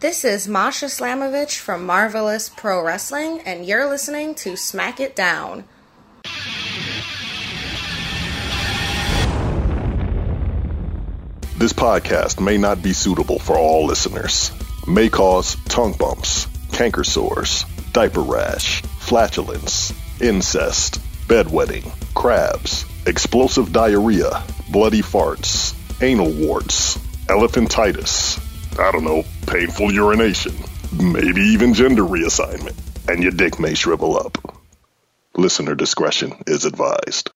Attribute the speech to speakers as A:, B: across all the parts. A: This is Masha Slamovich from Marvelous Pro Wrestling, and you're listening to Smack It Down.
B: This podcast may not be suitable for all listeners. May cause tongue bumps, canker sores, diaper rash, flatulence, incest, bedwetting, crabs, explosive diarrhea, bloody farts, anal warts, elephantitis, I don't know, painful urination, maybe even gender reassignment, and your dick may shrivel up. Listener discretion is advised.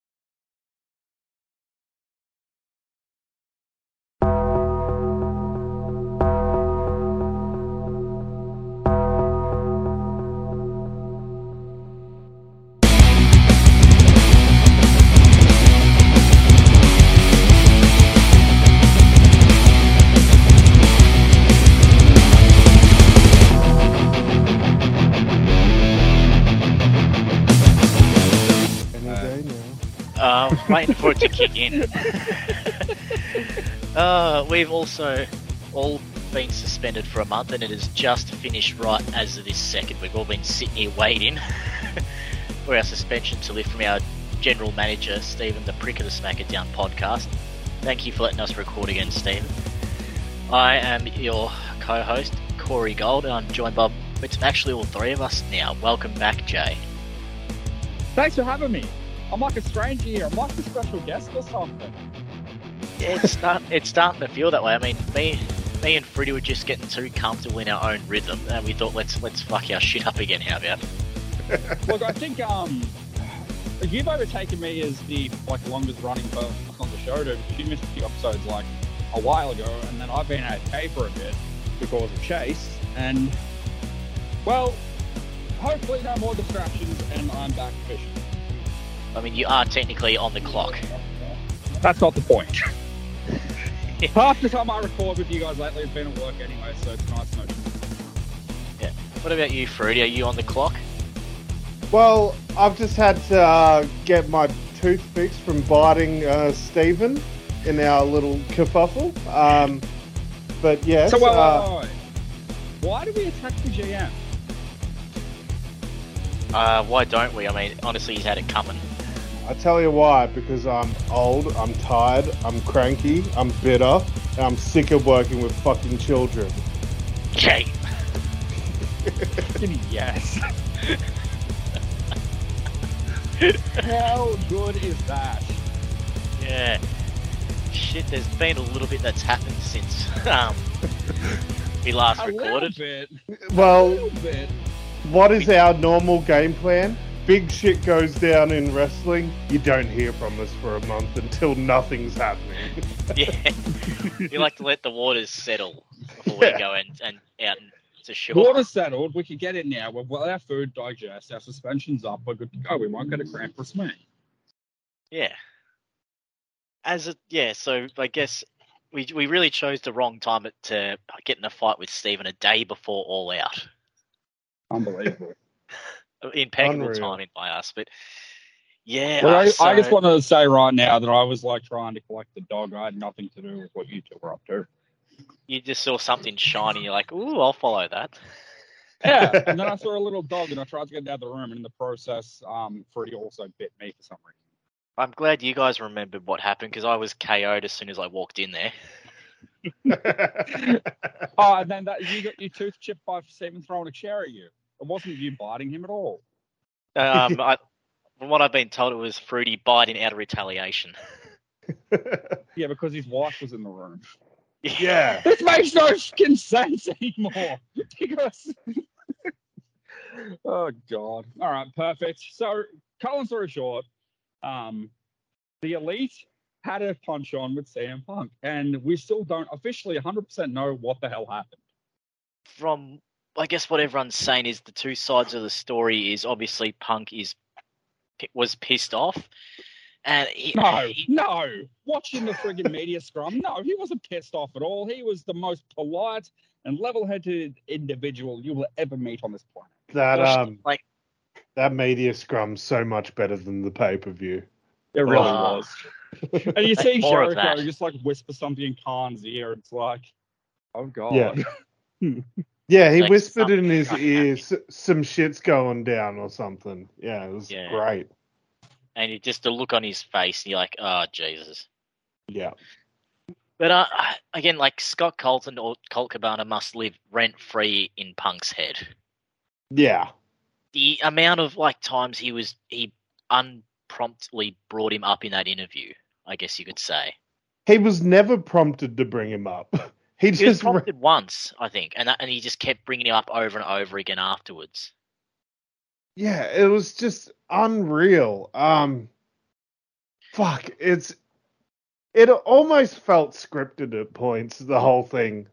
C: Any day now.
D: Uh, waiting for it to kick in. uh, we've also all been suspended for a month, and it has just finished right as of this second. We've all been sitting here waiting for our suspension to lift from our general manager, Stephen, the prick of the Smack It Down podcast. Thank you for letting us record again, Stephen. I am your co-host, Corey Gold, and I'm joined by it's actually all three of us now. Welcome back, Jay.
E: Thanks for having me. I'm like a stranger here. I'm like a special guest or something.
D: it's start, it's starting to feel that way. I mean, me, me and Fruity were just getting too comfortable in our own rhythm, and we thought let's let's fuck our shit up again. How about? it?
E: Look, I think um, you've overtaken me as the like longest running person on the show, dude. because You missed a few episodes like a while ago, and then I've been okay for a bit because of Chase. And well, hopefully no more distractions, and I'm back fishing.
D: I mean, you are technically on the clock.
E: That's not the point. Half the time I record with you guys lately has been at work anyway, so it's nice. No,
D: Yeah. What about you, Fruity? Are you on the clock?
C: Well, I've just had to uh, get my tooth fixed from biting uh, Stephen in our little kerfuffle. Um, but yes,
E: so wait, wait,
C: uh,
E: wait, wait. why do we attack the GM?
D: Uh, why don't we? I mean, honestly, he's had it coming.
C: I tell you why because I'm old, I'm tired, I'm cranky, I'm bitter, and I'm sick of working with fucking children.
D: Jay.
E: Give me yes. How good is that?
D: Yeah. Shit, there's been a little bit that's happened since um, we last
E: A little
D: recorded.
E: bit. A
C: Well,
E: little bit.
C: What is our normal game plan? Big shit goes down in wrestling. You don't hear from us for a month until nothing's happening.
D: Yeah. we like to let the waters settle before
C: Yeah.
D: we go and, and out to shore.
E: Water's settled. We can get in now. We've got our food digest. Our suspension's up. We're good to go. We won't get a cramp or something.
D: Yeah. As a yeah, so I guess we we really chose the wrong time to get in a fight with Steven a day before All Out.
E: Unbelievable.
D: Impeccable
C: Unreal.
D: timing by us, but yeah,
E: well,
D: uh,
E: I, I
D: so-
E: just wanted to say right now that I was like trying to collect the dog. I had nothing to do with what you two were up to.
D: you just saw something shiny, you're like, ooh, I'll follow that.
E: Yeah. and then I saw a little dog and I tried to get it out of the room. And in the process, um, Freddie also bit me for some reason.
D: I'm glad you guys remembered what happened because I was KO'd as soon as I walked in there.
E: Oh, and then that, you got your tooth chipped by Stephen throwing a chair at you. It wasn't you biting him at all.
D: Um, I, from what I've been told, it was Fruity biting out of retaliation.
E: Yeah, because his wife was in the room.
C: yeah.
E: This makes no fucking sense anymore. Because. oh, God. All right, perfect. So, cut long story short, um, the Elite had a punch on with CM Punk, and we still don't officially 100% know what the hell happened.
D: from I guess what everyone's saying is the two sides of the story is obviously Punk is was pissed off, and he,
E: No,
D: he-
E: no. Watching the friggin' media scrum, no, he wasn't pissed off at all. He was the most polite and level-headed individual you will ever meet on this planet.
C: That um
D: like
C: that media scrum's so much better than the pay per view.
E: It
C: really
D: Ah.
E: was. And you see
D: More of
E: Jericho
D: that.
E: just like whisper something in Khan's ear. It's like, oh god.
C: Yeah. Yeah, he
D: Like
C: whispered in
D: something
C: his
D: like that.
C: ear, "S- some shit's going down or something. Yeah, it was
D: Yeah.
C: great.
D: and it, just the look on his face, and you're like, oh Jesus.
C: Yeah.
D: But uh, I- again, like Scott Colton or Colt Cabana must live rent free in Punk's head.
C: Yeah.
D: The amount of like times he was he unpromptly brought him up in that interview, I guess you could say.
C: He was never prompted to bring him up. He
D: He was
C: just.
D: prompted once, I think, and that, and he just kept bringing him up over and over again afterwards.
C: yeah it was just unreal um fuck it's it almost felt scripted at points the whole thing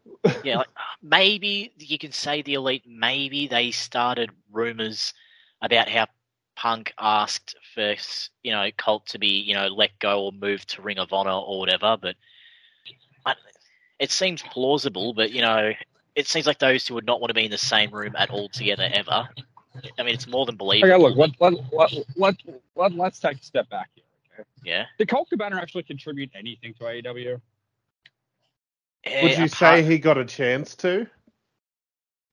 D: Yeah, like, maybe you can say the elite. Maybe they started rumors about how Punk asked for you know Colt to be you know let go or moved to Ring of Honor or whatever. But I, it seems plausible. But you know, it seems like those two would not want to be in the same room at all together ever. I mean, it's more than believable.
E: Okay, look, let, let, let, let, let, let's take a step back here.
D: yeah.
E: Did Colt Cabana actually contribute anything to E AEW?
C: would you say he got a chance to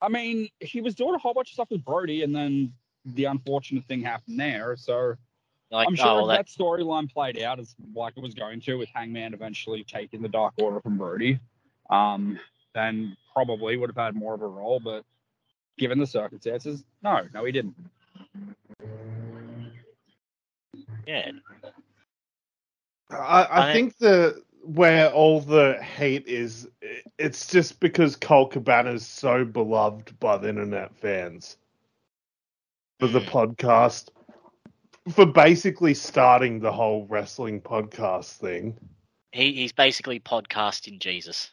E: I mean, he was doing a whole bunch of stuff with Brody, and then the unfortunate thing happened there. So
D: like,
E: I'm sure
D: oh,
E: if
D: well, that,
E: that storyline played out as like it was going to, with Hangman eventually taking the Dark Order from Brody, um, then probably would have had more of a role. But given the circumstances, no, no, he didn't.
D: yeah,
C: i i
D: I-
C: think the where all the hate is i- it's just because Cole Cabana is so beloved by the internet fans for
E: Hmm.
C: the podcast for basically starting the whole wrestling podcast thing
D: he, he's basically podcasting Jesus.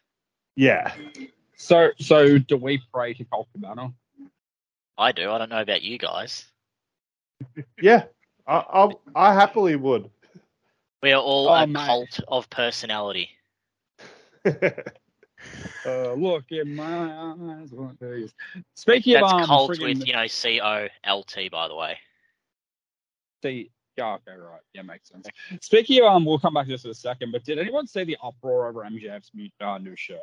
C: yeah
E: So, so do we pray to Colt Cabana?
D: I do. I don't know about you guys.
C: Yeah, I, I I happily would.
D: We are all
E: Oh,
D: a
E: mate.
D: cult of personality.
E: Uh, look in my eyes. what there is. Speaking
D: That's
E: of um,
D: cult
E: friggin-
D: with, you know, C O L T, by the way.
E: See, yeah, okay, right. Yeah, makes sense. Speaking of, um, we'll come back to this in a second, but did anyone see the uproar over MJF's new, uh, new shirt?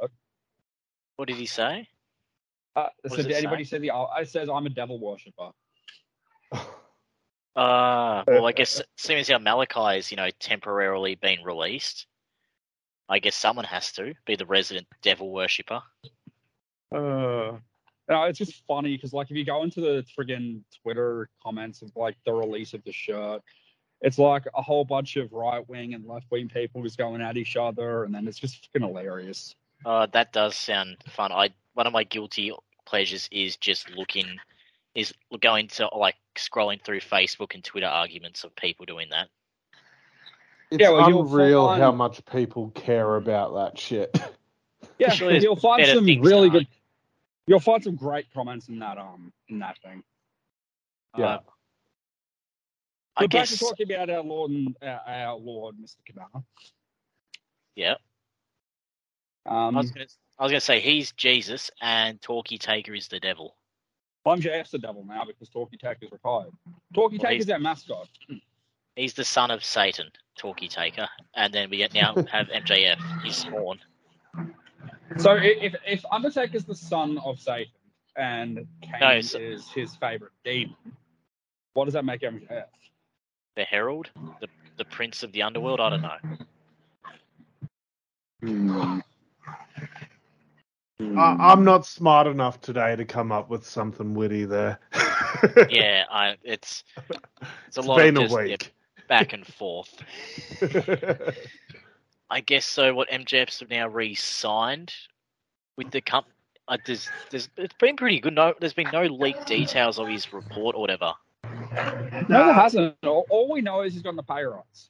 D: What did he say?
E: Uh,
D: What
E: so
D: does
E: did
D: it
E: anybody see the? Uh, it says I'm a devil worshipper.
D: Uh, well, I guess seeing as how Malachi is, you know, temporarily being released, I guess someone has to be the resident devil worshipper.
E: Uh, no, it's just funny because like if you go into the friggin' Twitter comments of like the release of the shirt, it's like a whole bunch of right wing and left wing people just going at each other, and then it's just fucking hilarious.
D: Uh, that does sound fun. I one of my guilty pleasures is just looking, is going to like scrolling through Facebook and Twitter arguments of people doing that.
C: It's
E: Yeah, well, you'll
C: unreal
E: find-
C: how much people care about that shit.
E: Yeah,
D: Surely there's
E: you'll find
D: better
E: some
D: things
E: really
D: to
E: good. You'll find some great comments in that um in that thing.
C: Yeah.
D: Uh, I
E: We're back to
D: guess
E: talking about our Lord and uh, our Lord, Mr. Cabana.
D: Yeah.
C: Mm.
E: Um,
D: I was gonna, I was gonna say he's Jesus and Talkie Taker is the devil.
E: I'm JF's the devil now because Talkie Taker's retired. Talkie
D: Well,
E: Taker's our mascot.
D: He's the son of Satan, Talkie Taker, and then we get- now have MJF, his spawn.
E: So i- if if Undertaker's the son of Satan and Kane
D: No, so-
E: is his favorite demon, what does that make MJF?
D: The Herald, the the Prince of the Underworld. I don't know.
C: I, I'm not smart enough today to come up with something witty there.
D: Yeah, I, it's it's a
C: it's
D: lot
C: been
D: of
C: a
D: just, yeah,
C: week.
D: back and forth. I guess so. What MJF's now re-signed with the company. Uh, there's, there's, it's been pretty good. No, there's been no leaked details of his report or whatever.
E: No, there hasn't. All, all we know is he's got the pay rights.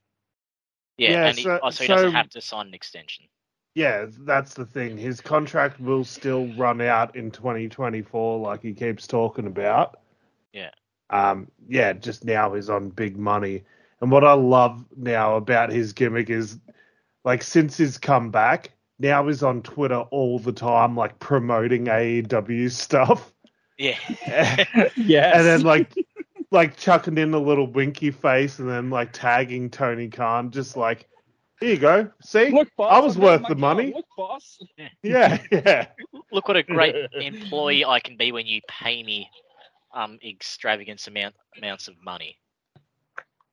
D: Yeah,
C: Yeah,
D: and he,
C: so-
D: oh, so he
C: so-
D: doesn't have to sign an extension.
C: yeah, that's the thing. His contract will still run out in 2024, like he keeps talking about.
D: Yeah.
C: Um. Yeah. Just now he's on big money, and what I love now about his gimmick is, like, since his comeback, now he's on Twitter all the time, like promoting AEW stuff,
D: Yeah,
C: and
E: yes.
C: then like, like chucking in a little winky face, and then like tagging Tony Khan, just like. Here you go. See?
E: Look, boss,
C: I was
E: I'm doing
C: worth
E: my
C: the
E: job.
C: money.
E: Look, boss.
C: Yeah, yeah.
D: Look what a great employee I can be when you pay me um, extravagant amount, amounts of money.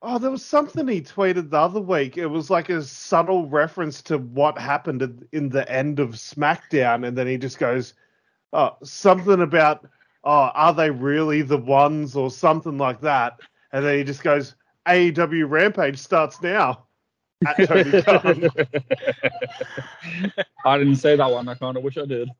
C: Oh, there was something he tweeted the other week. It was like a subtle reference to what happened in- in the end of SmackDown, and then he just goes, "Oh, something about oh, are they really the ones or something like that?" And then he just goes, "AEW Rampage starts now." At Tony Khan.
E: I didn't say that one. I kind of wish I did.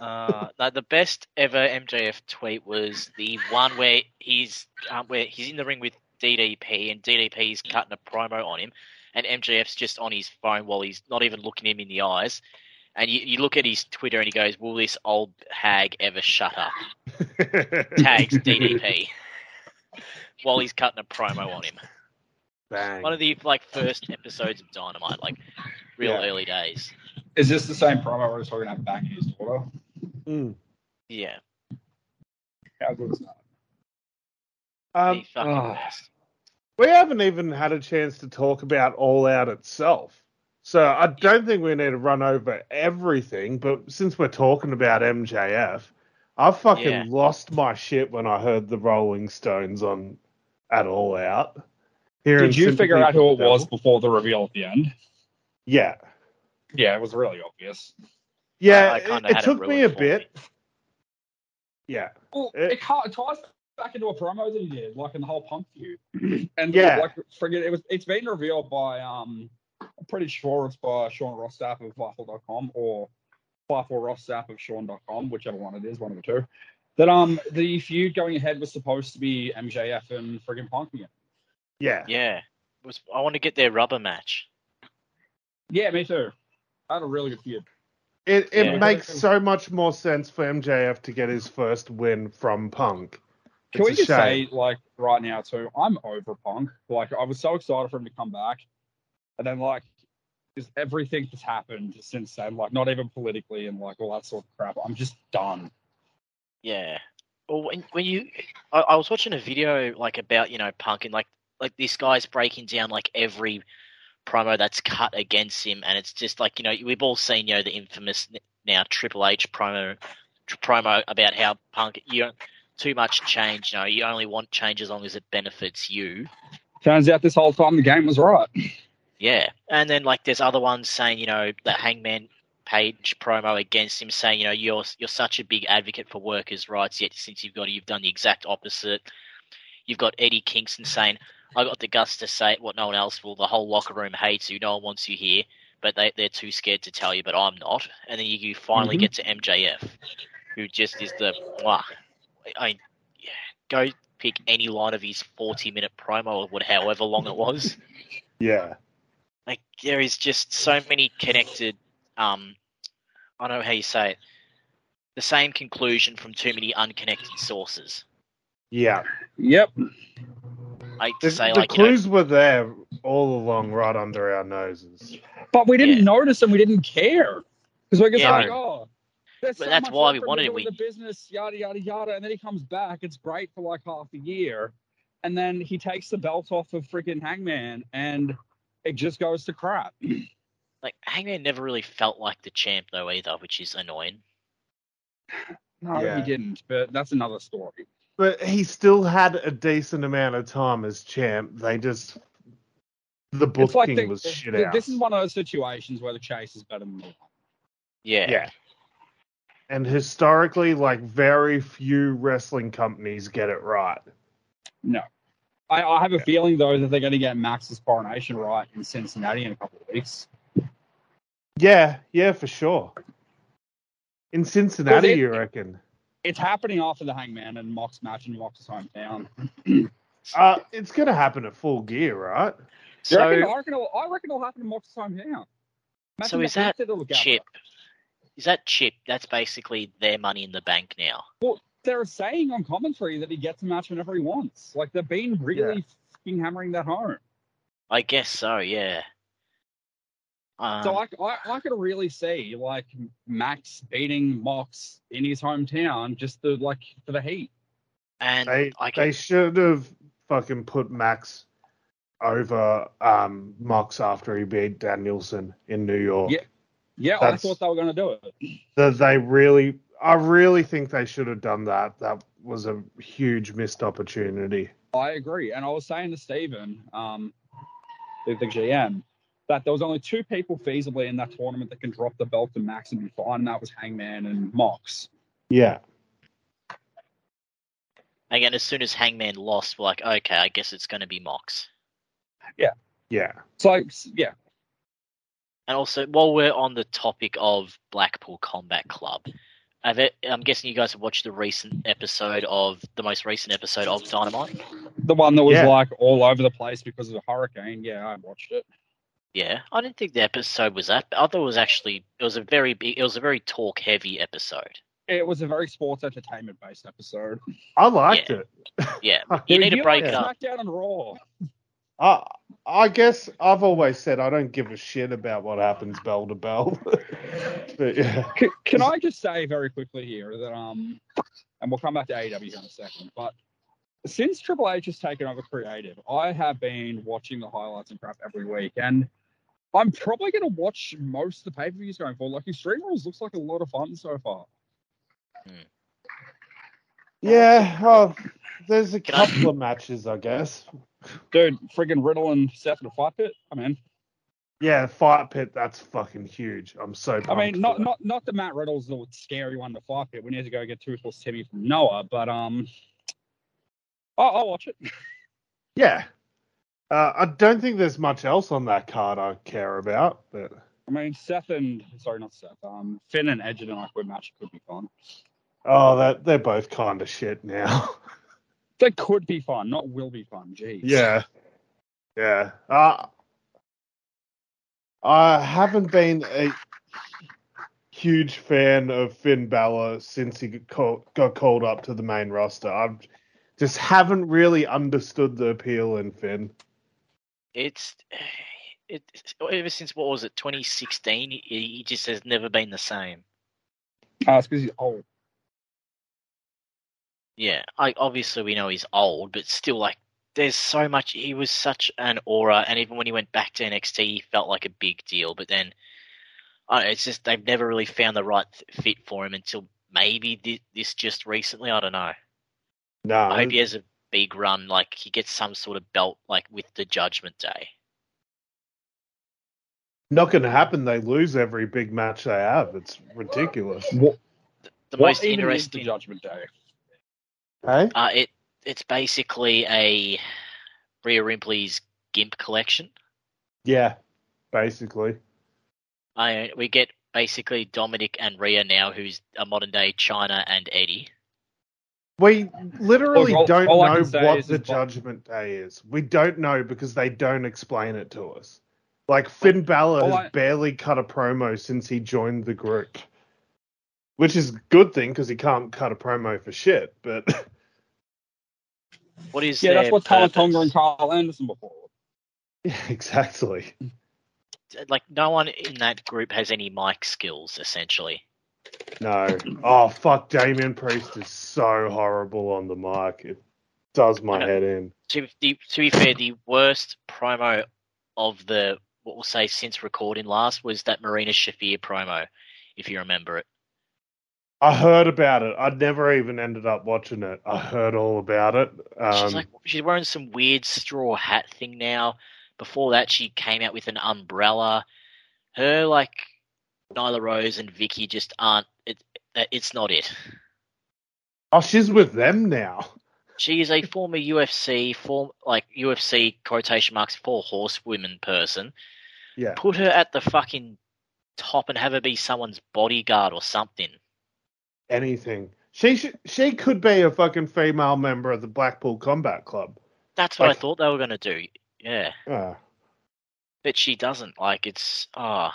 D: Uh, like the best ever MJF tweet was the one where he's um, where he's in the ring with DDP and DDP's cutting a promo on him, and MJF's just on his phone while he's not even looking him in the eyes. And you, you look at his Twitter and he goes, "Will this old hag ever shut up?" Tags DDP while he's cutting a promo on him.
C: Bang.
D: One of the like first episodes of Dynamite, like real
C: Yeah.
D: early days.
E: Is this the same promo where I was talking about backing his daughter?
C: Mm.
D: Yeah,
E: How good is that?
C: Um, oh.
D: the fucking
E: ah.
D: best.
C: we haven't even had a chance to talk about All Out itself. So I don't think we need to run over everything, but since we're talking about MJF, I fucking
D: Yeah.
C: lost my shit when I heard the Rolling Stones on at All Out. Here in
E: Did you
C: Sympathy
E: figure out
C: for
E: who
C: the
E: it was
C: Devil.
E: before the reveal at the end?
C: Yeah.
E: Yeah, it was really obvious.
C: Yeah,
D: I
C: it,
D: kinda
C: it
D: had it
C: took me
D: ruined
C: a
D: for
C: bit. Yeah.
E: Well,
C: It-
E: it, ca- it ties back into a promo that he did, like in the whole pump feud. And
C: Yeah.
E: like, friggin', it was. It's been revealed by um, I'm pretty sure it's by Sean Rossap of Fifle.com or Fifle Rossap of Sean.com, whichever one it is, one of the two. That um, the feud going ahead was supposed to be MJF and friggin' Punk again.
C: Yeah.
D: Yeah, It was, I want to get their rubber match.
E: Yeah, me too. I had a really good feud.
C: It it
D: Yeah.
C: makes so much more sense for MJF to get his first win from Punk.
E: Can
C: It's
E: we
C: a
E: just
C: shame.
E: say, like, right now, too, I'm over Punk. Like, I was so excited for him to come back. And then, like, just everything that's happened since then, like, not even politically and, like, all that sort of crap. I'm just done.
D: Yeah. Well, when, when you, I, I was watching a video like about you know Punk and like like this guy's breaking down like every promo that's cut against him, and it's just like you know we've all seen you know the infamous n- now Triple H promo tr- promo about how Punk you don't too much change, you know you only want change as long as it benefits you.
E: Turns out this whole time the game was right.
D: Yeah, and then like there's other ones saying you know the Hangman Page promo against him saying you know you're you're such a big advocate for workers' rights yet since you've got it, you've done the exact opposite. You've got Eddie Kingston saying I got the guts to say it, what no one else will. The whole locker room hates you. No one wants you here, but they they're too scared to tell you. But I'm not. And then you, you finally
E: Mhm.
D: get to MJF, who just is the wow. I mean, yeah, go pick any line of his 40 minute promo or what however long it was
C: Yeah.
D: like there is just so many connected um i don't know how you say it the same conclusion from too many unconnected sources
C: Yeah.
E: Yep.
D: like to
C: The,
D: say
C: the
D: like you know,
C: clues were there all along, right under our noses.
E: But we didn't
D: Yeah.
E: notice and we didn't care. Because we're just
D: Yeah,
E: like,
C: we-
E: oh. There's
D: But
E: so
D: that's
E: much
D: why
E: left
D: we
E: for him to
D: wanted
E: do
D: it.
E: with
D: We-
E: the business, yada, yada, yada. And then he comes back. It's great for, like, half a year. And then he takes the belt off of freaking Hangman and it just goes to crap.
D: like hangman never really felt like the champ though either which is annoying
E: No,
C: Yeah.
E: he didn't. But that's another story.
C: But he still had a decent amount of time as champ. They just the booking
E: It's like the-
C: was
E: the-
C: shit
E: the-
C: out.
E: This is one of those situations where the chase is better than the run.
D: yeah,
C: yeah. And historically, like very few wrestling companies get it right.
E: No, I, I have a feeling though that they're going to get Max's coronation right in Cincinnati in a couple of weeks.
C: Yeah, yeah, for sure. In Cincinnati,
E: Well, they-
C: you reckon?
E: It's happening after the Hangman and Mox match in Mox's hometown.
C: Uh, it's gonna happen at full gear, right?
E: So, I, reckon,
D: so
E: I, reckon it'll, I reckon it'll happen in Mox's hometown.
D: So is
E: how
D: that
E: fast it'll gather.
D: chip is that chip that's basically their money in the bank now
E: They're saying on commentary that he gets a match whenever he wants. Like they've been really fucking hammering that home.
D: i guess so yeah um,
E: So I, I, I could really see like Max beating Mox in his hometown just to like for the heat.
D: and
C: They
D: I
C: they
D: can,
C: should have fucking put Max over um, Mox after he beat Danielson in New York.
E: Yeah. Yeah,
C: That's-
E: I thought they were going to do it.
C: That they really, I really think they should have done that. That was a huge missed opportunity.
E: I agree. And I was saying to Stephen, um, the, the GM, that there was only two people feasibly in that tournament that can drop the belt to Max and be fine, and that was Hangman and Mox.
C: Yeah,
D: Again, as soon as Hangman lost, we're like, okay, I guess it's going to be Mox.
C: yeah.
E: So, s- yeah,
D: And also, while we're on the topic of Blackpool Combat Club, i I'm guessing you guys have watched the recent episode of the most recent episode of Dynamite.
E: the one that was
C: Yeah.
E: like all over the place because of the hurricane. Yeah, I watched it.
D: Yeah, I didn't think the episode was that. I thought it was actually it was a very big- it was a very talk heavy episode.
E: It was a very sports entertainment based episode.
C: I liked
D: Yeah.
C: it.
D: Yeah,
E: It
D: you
E: was
D: need to
E: you
D: break
E: on
D: it up.
E: SmackDown and Raw.
C: I, I guess I've always said I don't give a shit about what happens bell to bell. but yeah,
E: Can, can I just say very quickly here that um, and we'll come back to AEW in a second, but since Triple H has taken over creative, I have been watching the highlights and crap every week, and I'm probably going to watch most of the pay per views going forward. Like Extreme Rules looks like a lot of fun so far.
C: yeah. Oh, there's a
D: Can I-
C: couple of matches, I guess.
E: Dude, friggin' Riddle and Seth in a fight pit. I mean,
C: Yeah, fight pit. That's fucking huge. I'm so.
E: I
C: pumped
E: mean,
C: for
E: not
C: that.
E: not not that Matt Riddle's the scary one to fight pit. We need to go get Toothless Timmy from Noah, but um, I'll, I'll watch it.
C: Yeah. Uh, I don't think there's much else on that card I care about, but
E: I mean, Seth and sorry, not Seth. Um, Finn and Edge in an awkward match could be fun.
C: oh, that they're both kind of shit now.
E: That could be fun, not will be fun. Jeez.
C: yeah, yeah. Uh, I haven't been a huge fan of Finn Balor since he got called, got called up to the main roster. I just haven't really understood the appeal in Finn.
D: It's it ever since what was it 2016? He, he just has never been the same.
E: Uh, it's because he's old.
D: Yeah, I obviously we know he's old, but still, like, there's so much. He was such an aura, and even when he went back to NXT, he felt like a big deal. But then, I don't know, it's just they've never really found the right th- fit for him until maybe this, this just recently. I don't know.
C: No,
D: I hope he has a big run, like he gets some sort of belt, like with the Judgment Day.
C: not going to happen. They lose every big match they have. It's ridiculous.
E: What,
D: The
E: what
D: most
E: even is the
D: interesting
E: Judgment Day?
C: Hey,
D: Uh, it it's basically a Rhea Ripley's Gimp collection.
C: yeah, basically.
D: I we get basically Dominic and Rhea now, who's a modern day China and Eddie.
C: We literally
E: Look, all-
C: don't
E: all I
C: know
E: can say
C: what
E: is-
C: the
E: is-
C: Judgment Day is. We don't know because they don't explain it to us. Like Finn Balor
E: all
C: has
E: I-
C: barely cut a promo since he joined the group, which is a good thing because he can't cut a promo for shit. But
D: What is
E: Yeah, that's
D: their
E: what Tyler
D: purpose?
E: Tonga and Carl Anderson were for.
C: yeah, exactly.
D: like no one in that group has any mic skills essentially.
C: No. Oh fuck, Damien Priest is so horrible on the mic. It does my
D: I know.
C: head in.
D: To be, to be fair, the worst promo of the what we'll say since recording last was that Marina Shafir promo, if you remember it.
C: I heard about it. I never even ended up watching it. I heard all about it. Um,
D: she's like she's wearing some weird straw hat thing now. Before that, she came out with an umbrella. Her like Nyla Rose and Vicky just aren't. It, it- it's not it.
C: oh, she's with them now.
D: She is a former UFC form like UFC quotation marks four horsewomen person.
C: Yeah.
D: Put her at the fucking top and have her be someone's bodyguard or something.
C: anything. She sh- she could be a fucking female member of the Blackpool Combat Club.
D: That's what
C: Like-
D: I thought they were gonna do. Yeah.
C: Uh,
D: but she doesn't. Like it's ah,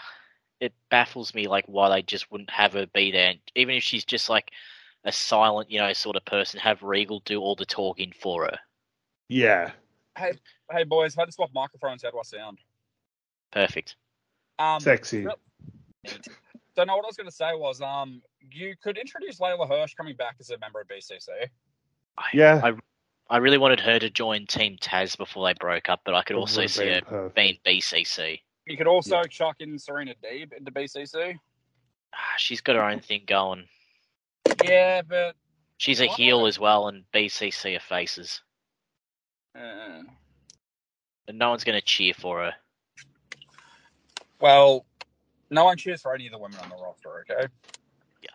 D: it baffles me like why they just wouldn't have her be there, even if she's just like a silent, you know, sort of person. Have Regal do all the talking for her.
C: yeah,
E: Hey boys, if I just swap microphones, how do I sound?
D: Perfect.
E: Um,
C: sexy.
E: Yep. so no, what I was going to say was, um, you could introduce Layla Hirsch coming back as a member of BCC.
D: I,
C: Yeah,
D: I I really wanted her to join Team Taz before they broke up, but I could also
C: Would've
D: see
C: been
D: her
C: perfect.
D: being BCC.
F: You could also chuck in Serena Deeb into BCC.
D: Ah, She's got her own thing going.
F: Yeah, but
D: She's a heel as well, and BCC are faces.
F: uh,
D: And no one's going to cheer for her.
F: well, no one cheers for any of the women on the roster. Okay,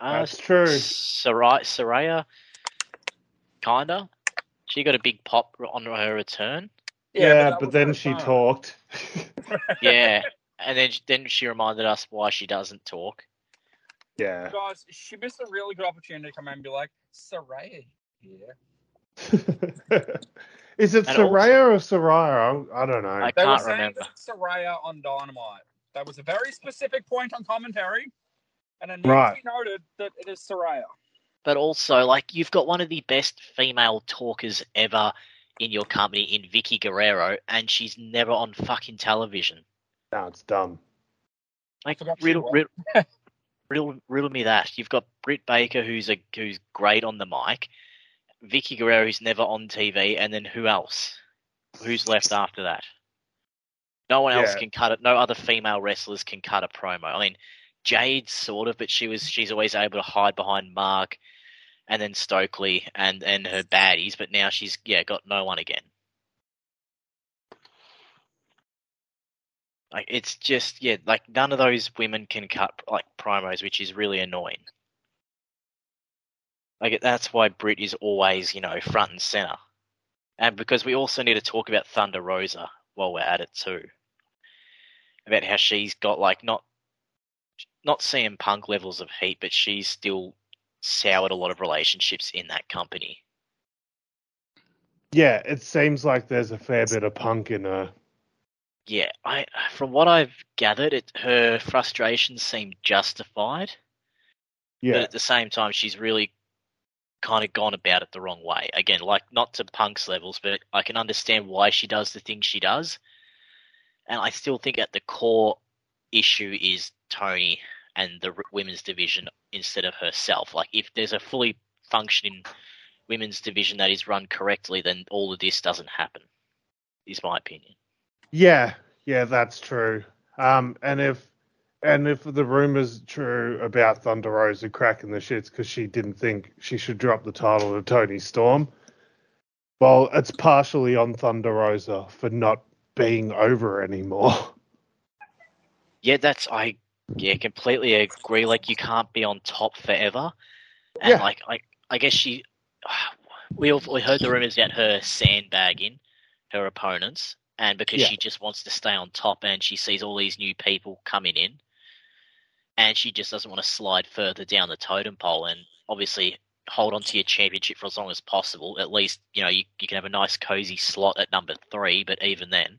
D: Uh,
C: That's true.
D: Sarai- Saraya, kinda. She got a big pop on her return.
F: that
C: Yeah, but,
F: was
C: then
F: her
C: she
F: time.
C: talked.
D: Yeah, and then then she reminded us why she doesn't talk.
C: yeah.
F: Guys, she missed a really good opportunity to come out and be like, Saraya. Yeah.
C: Is it
D: And
C: Soraya or Soraya? I, I don't know.
D: I
F: They were
D: can't
F: saying
D: remember.
F: that Saraya on Dynamite. That was a very specific point on commentary, and it needs
C: Right.
F: to be noted that it is Saraya.
D: But also, like, you've got one of the best female talkers ever in your company in Vicky Guerrero, and she's never on fucking television.
C: no, it's dumb.
D: Like,
F: Forgot she
D: riddle,
F: was.
D: riddle, riddle, riddle me that. You've got Britt Baker, who's a who's great on the mic, Vicky Guerrero, who's never on TV, and then who else? Who's left after that? No one else
C: Yeah.
D: can cut it. No other female wrestlers can cut a promo. I mean, Jade sort of, but she was she's always able to hide behind Mark, and then Stokely, and and her baddies. But now she's yeah got no one again. Like it's just yeah, like none of those women can cut like promos, which is really annoying. Like that's why Brit is always you know front and center, and because we also need to talk about Thunder Rosa while we're at it too, about how she's got like not not CM Punk levels of heat, but she's still soured a lot of relationships in that company.
C: Yeah, it seems like there's a fair bit of punk in her.
D: Yeah, I from what I've gathered, it her frustrations seem justified. But
C: Yeah.
D: at the same time, she's really kind of gone about it the wrong way. Again, like not to Punk's levels, but I can understand why she does the things she does. And I still think at the core issue is Tony and the r- women's division instead of herself. Like, if there's a fully functioning women's division that is run correctly, then all of this doesn't happen, is my opinion.
C: Yeah, yeah, that's true. Um, and if and if the rumors true about Thunder Rosa cracking the shits because she didn't think she should drop the title to Tony Storm, well, it's partially on Thunder Rosa for not being over anymore.
D: Yeah, that's I yeah, completely agree. Like you can't be on top forever. And
C: Yeah.
D: like I I guess she we all we heard the rumors about her sandbagging her opponents and because
C: Yeah.
D: she just wants to stay on top and she sees all these new people coming in and she just doesn't want to slide further down the totem pole and obviously hold on to your championship for as long as possible. At least, you know, you, you can have a nice cozy slot at number three, but even then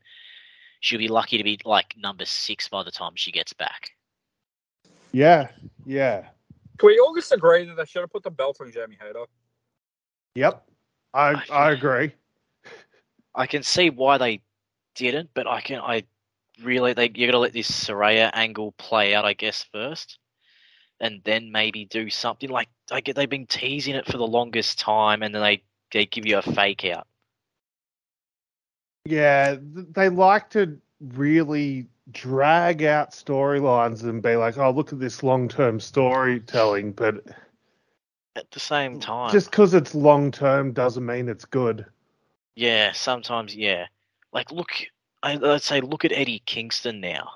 D: she'll be lucky to be like number six by the time she gets back.
C: Yeah, yeah,
F: Can we all just agree that they should have put the belt on Jamie Hayter?
C: yep. I I agree.
D: I can see why they didn't, but I can I really they you gotta let this Soraya angle play out, I guess, first. And then maybe do something like I get they've been teasing it for the longest time and then they, they give you a fake out.
C: Yeah, th- they like to really drag out storylines and be like, "Oh, look at this long-term storytelling," but
D: At the same time.
C: Just because it's long term doesn't mean it's good.
D: Yeah, sometimes, yeah. Like, look, I, I'd say look at Eddie Kingston now.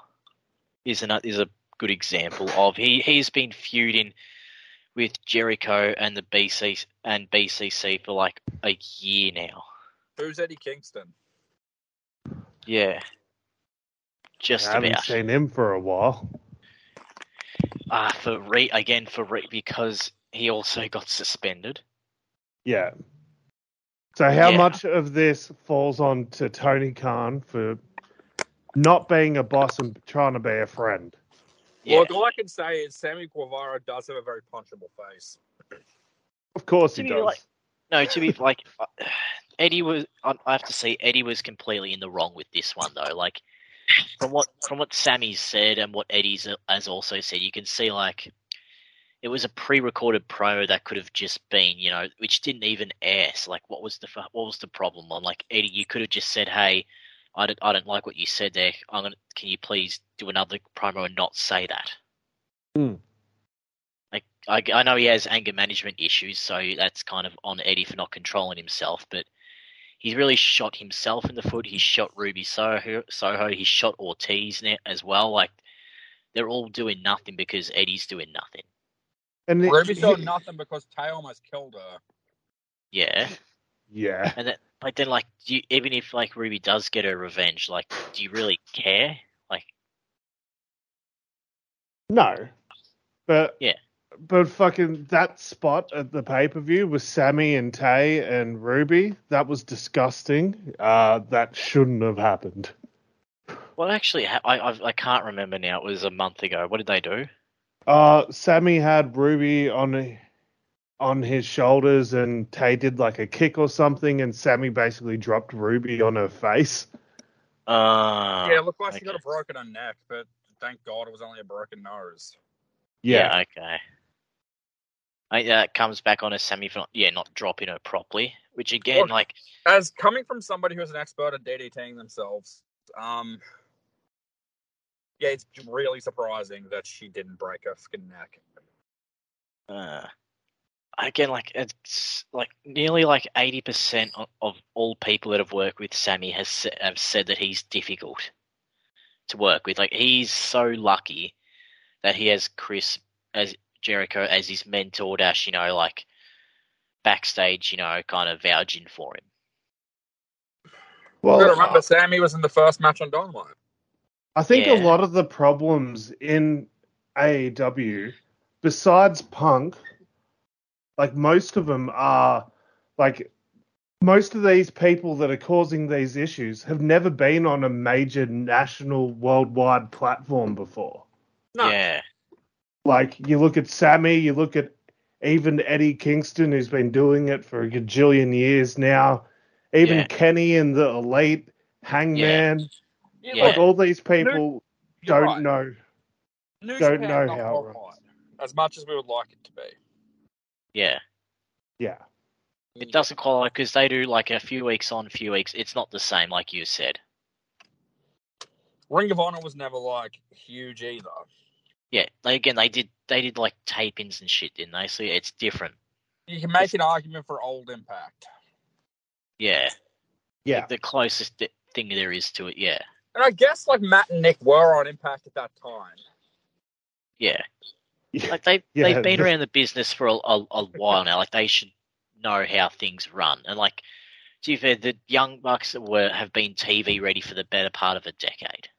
D: Is an is a good example of he he's been feuding with Jericho and the BC and BCC for like a year now.
F: Who's Eddie Kingston?
D: Yeah, just
C: I haven't
D: about.
C: seen him for a while.
D: Ah, for re again for re because he also got suspended.
C: Yeah. So how
D: Yeah.
C: much of this falls on to Tony Khan for not being a boss and trying to be a friend?
D: Yeah,
F: Look, all I can say is Sammy Guevara does have a very punchable face.
C: Of course he
D: Didn't he,
C: does.
D: like- no, to be like Eddie was. I I have to say Eddie was completely in the wrong with this one though. Like from what from what Sammy's said and what Eddie's has also said, you can see like It was a pre-recorded promo that could have just been, you know, which didn't even air. So, like, what was the fu- what was the problem? I'm like, Eddie, you could have just said, "Hey, I don't, I don't like what you said there. I'm gonna, can you please do another promo and not say that?"
C: Hmm.
D: Like, I, I know he has anger management issues, so that's kind of on Eddie for not controlling himself. But he's really shot himself in the foot. He shot Ruby Soho. Soho. He shot Ortiz ne- as well. Like they're all doing nothing because Eddie's doing nothing.
C: And it-
F: Ruby's doing
C: he-
F: nothing because Tay almost killed her.
D: Yeah,
C: Yeah.
D: and that. But then, like, do you, even if like Ruby does get her revenge, like, do you really care? Like,
C: No. But
D: Yeah.
C: But fucking that spot at the pay per view with Sammy and Tay and Ruby, that was disgusting. Uh, that shouldn't have happened.
D: well, actually, ha- I I've, I can't remember now. It was a month ago. What did they do?
C: Uh, Sammy had Ruby on on his shoulders, and Tay did like a kick or something, and Sammy basically dropped Ruby on her face.
D: Uh,
F: yeah, look like she got
D: okay.
F: a broken her neck, but thank God it was only a broken nose.
C: Yeah,
D: okay. I think that comes back on a semi for not, yeah, not dropping her properly. Which again,
F: Well,
D: like,
F: As coming from somebody who's an expert at DDTing themselves, um, yeah, it's really surprising that she didn't break her fucking neck.
D: uh, again, like it's like nearly like eighty percent of, of all people that have worked with Sammy has sa- have said that he's difficult to work with. Like he's so lucky that he has Chris as Jericho as his mentor dash, you know, like backstage, you know, kind of vouching for him.
C: well, uh,
F: you gotta remember, Sammy was in the first match on Dynamite.
C: I think a
D: Yeah.
C: lot of the problems in AEW, besides Punk, like most of them are like most of these people that are causing these issues have never been on a major national worldwide platform before.
F: No.
D: Yeah.
C: Like you look at Sammy, you look at even Eddie Kingston, who's been doing it for a gajillion years now, even
D: Yeah.
C: Kenny and the Elite, Hangman,
D: Yeah.
C: like all these people
F: You're
C: don't
F: right.
C: know.
F: New
C: don't
F: Japan's
C: know
F: not
C: how it
F: worldwide, as much as we would like it to be.
D: Yeah.
C: Yeah.
D: It doesn't qualify because they do like a few weeks on, few weeks. It's not the same, like you said.
F: Ring of Honor was never like huge either.
D: Yeah, they, again, they did they did like tapings and shit, didn't they? So yeah, it's different.
F: You can make an argument for old Impact.
D: Yeah,
C: Yeah.
D: the closest th- thing there is to it. Yeah,
F: And I guess like Matt and Nick were on Impact at that time.
D: yeah.
C: Yeah.
D: Like they
C: Yeah,
D: they've been
C: the-
D: around the business for a, a, a while now. Like they should know how things run. And like, to be fair, the young bucks that were have been TV ready for the better part of a decade.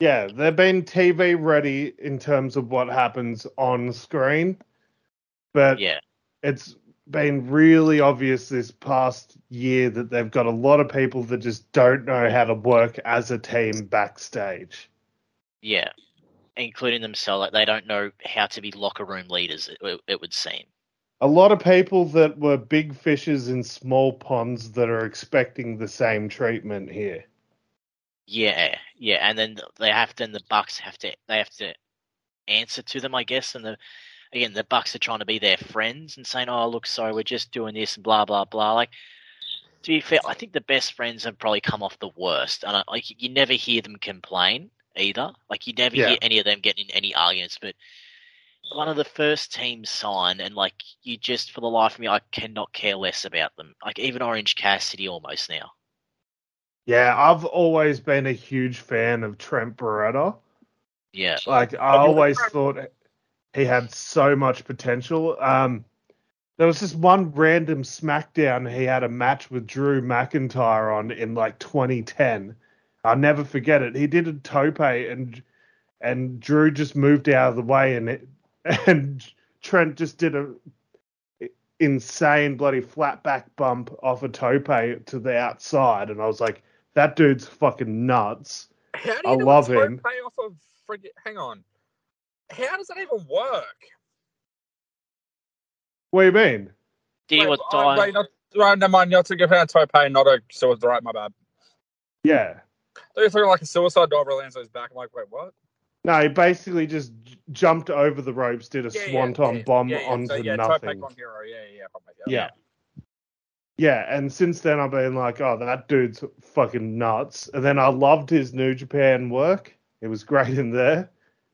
C: Yeah, they've been TV ready in terms of what happens on screen, but
D: Yeah,
C: it's been really obvious this past year that they've got a lot of people that just don't know how to work as a team backstage.
D: yeah. Including themselves, like they don't know how to be locker room leaders. It, it would seem.
C: A lot of people that were big fishes in small ponds that are expecting the same treatment here.
D: Yeah, yeah, and then th- they have then the Bucks have to they have to answer to them, I guess. And the again, the Bucks are trying to be their friends and saying, "Oh, look, sorry, we're just doing this and blah blah blah." Like to be fair, I think the best friends have probably come off the worst, and I, like you never hear them complain either. Like you never
C: Yeah.
D: hear any of them getting in any arguments, but. One of the first teams signed, and like you just for the life of me, I cannot care less about them. Like even Orange Cassidy, almost now.
C: Yeah, I've always been a huge fan of Trent Beretta.
D: Yeah,
C: Like I always thought he had so much potential. Um, there was this one random SmackDown he had a match with Drew McIntyre on in like 2010. I'll never forget it. He did a tope and and Drew just moved out of the way and it, and Trent just did a insane bloody flat back bump off a tope to the outside and I was like that dude's fucking nuts.
F: How do you
C: I
F: do a
C: love
F: toe
C: him.
F: Pay off of frig- hang on. How does that even work?
C: What do you mean?
D: did he
F: Wait,
D: want
F: oh,
D: die?
F: wait, not, right, never mind. You're thinking about toe pay, not a suicide. Right, my bad.
C: Yeah.
F: They're talking like a suicide dive lands on his back. I'm like, wait, what?
C: No, he basically just j- jumped over the ropes, did a
F: Yeah, yeah,
C: swanton
F: yeah,
C: bomb
F: yeah, yeah.
C: onto
F: so, yeah,
C: nothing.
F: Topek on Hero, yeah, yeah, yeah, probably,
C: Yeah. Yeah, and since then I've been like, oh, that dude's fucking nuts. And then I loved his New Japan work. It was great in there.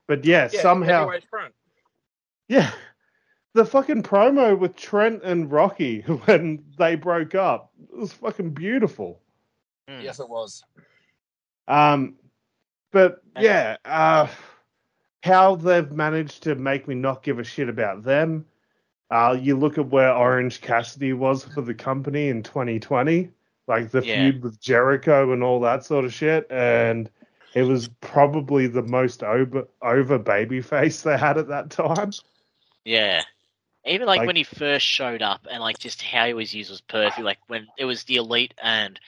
C: But yeah,
E: Yeah,
C: somehow.
E: heavyweight front.
C: Yeah. The fucking promo with Trent and Rocky when they broke up it was fucking beautiful.
D: Mm.
F: Yes, it was.
C: Um, but yeah, uh, how they've managed to make me not give a shit about them. Uh, you look at where Orange Cassidy was for the company in 2020, like the
D: Yeah.
C: feud with Jericho and all that sort of shit, and it was probably the most over over babyface they had at that time.
D: Yeah. Even like,
C: Like-
D: when he first showed up and like just how he was used was perfect. Like when it was the elite and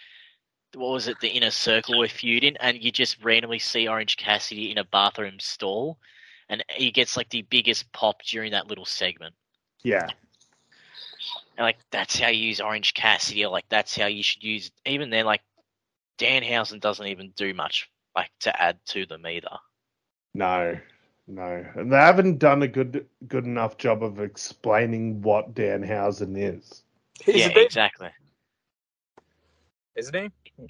D: what was it, the inner circle were feuding, and you just randomly see Orange Cassidy in a bathroom stall, and he gets like the biggest pop during that little segment.
C: Yeah.
D: And like that's how you use Orange Cassidy, or like that's how you should use. Even then, like Danhausen doesn't even do much like to add to them either.
C: No, no, and they haven't done a good good enough job of explaining what Danhausen is.
E: He's
D: yeah,
E: a bit,
D: exactly.
E: isn't he?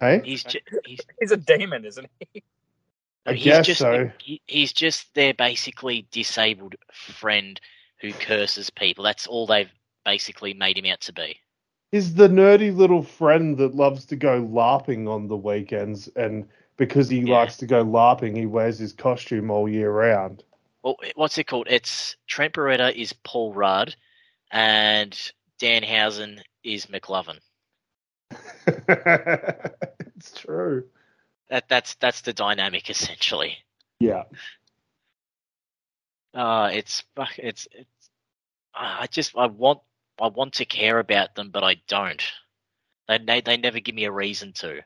C: Hey,
D: He's ju- he's
E: He's a demon, isn't he?
C: I
D: he's
C: guess
D: just,
C: so.
D: he- He's just their basically disabled friend who curses people. That's all they've basically made him out to be.
C: He's the nerdy little friend that loves to go larping on the weekends, and because he
D: Yeah.
C: likes to go larping, he wears his costume all year round.
D: Well, what's it called? It's Trent Beretta is Paul Rudd, and Danhausen is McLovin.
C: it's true.
D: That that's that's the dynamic essentially.
C: Yeah,
D: Uh, it's fuck- it's it's. ah, I just I want I want to care about them, but I don't. They they, they never give me a reason to.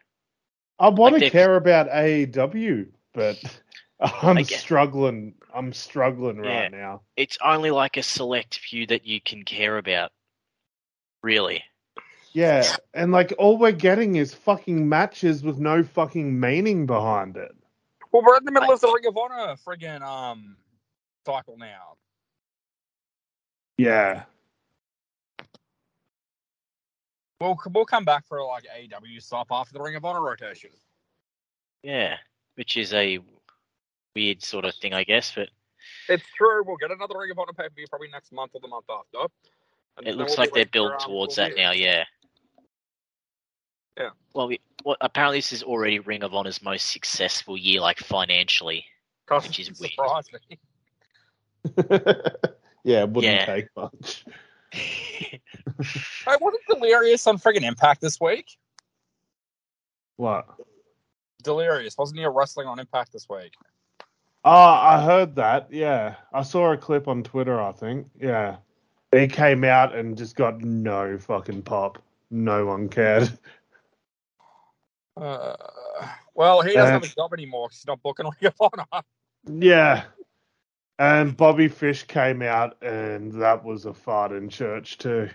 C: I want to
D: they've-
C: care about AEW, but I'm
D: I guess-
C: struggling. I'm struggling right now.
D: It's only like a select few that you can care about, really.
C: Yeah, and like all we're getting is fucking matches with no fucking meaning behind it.
F: Well, we're in the middle of the Ring of Honor friggin' um cycle now.
C: Yeah.
F: We'll we'll come back for like AEW stuff after the Ring of Honor rotation.
D: Yeah, which is a weird sort of thing, I guess. But
F: It's true. We'll get another Ring of Honor pay per view probably next month or the month after. And
D: it
F: then
D: looks
F: we'll
D: like
F: be
D: they're
F: waiting for,
D: built
F: um,
D: towards
F: full
D: that now. Yeah.
F: Yeah.
D: Well, we, well, apparently this is already Ring of Honor's most successful year, like financially.
F: year.
D: which is weird.
F: Surprised me.
C: yeah, it wouldn't
D: Yeah.
C: take much.
F: Hey, wasn't Delirious on friggin' Impact this week?
C: What?
F: Delirious wasn't he a wrestling on Impact this week?
C: Oh, I heard that. Yeah. I saw a clip on Twitter, I think. Yeah. He came out and just got no fucking pop. No one cared.
F: Uh, well, he doesn't
C: Uh,
F: have a job anymore 'cause he's not booking Ring of Honor.
C: Yeah. And Bobby Fish came out, and that was a fart in church, too.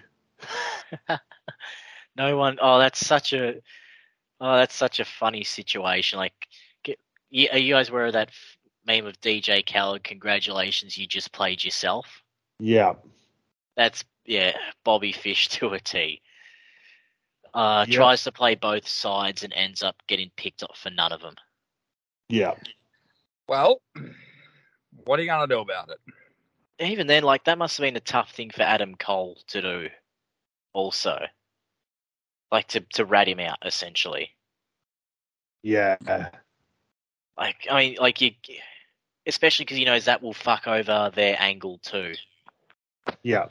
D: no one oh that's such a oh that's such a funny situation like get, you, are you guys aware of that f- meme of dj khaled congratulations you just played yourself
C: Yeah.
D: that's yeah bobby fish to a t uh
C: Yeah.
D: tries to play both sides and ends up getting picked up for none of them
C: Yeah.
F: Well, what are you gonna do about it?
D: even then like that must have been a tough thing for adam cole to do also like to to rat him out essentially
C: Yeah.
D: Like I mean, like you, especially because he knows that will fuck over their angle too.
C: Yeah.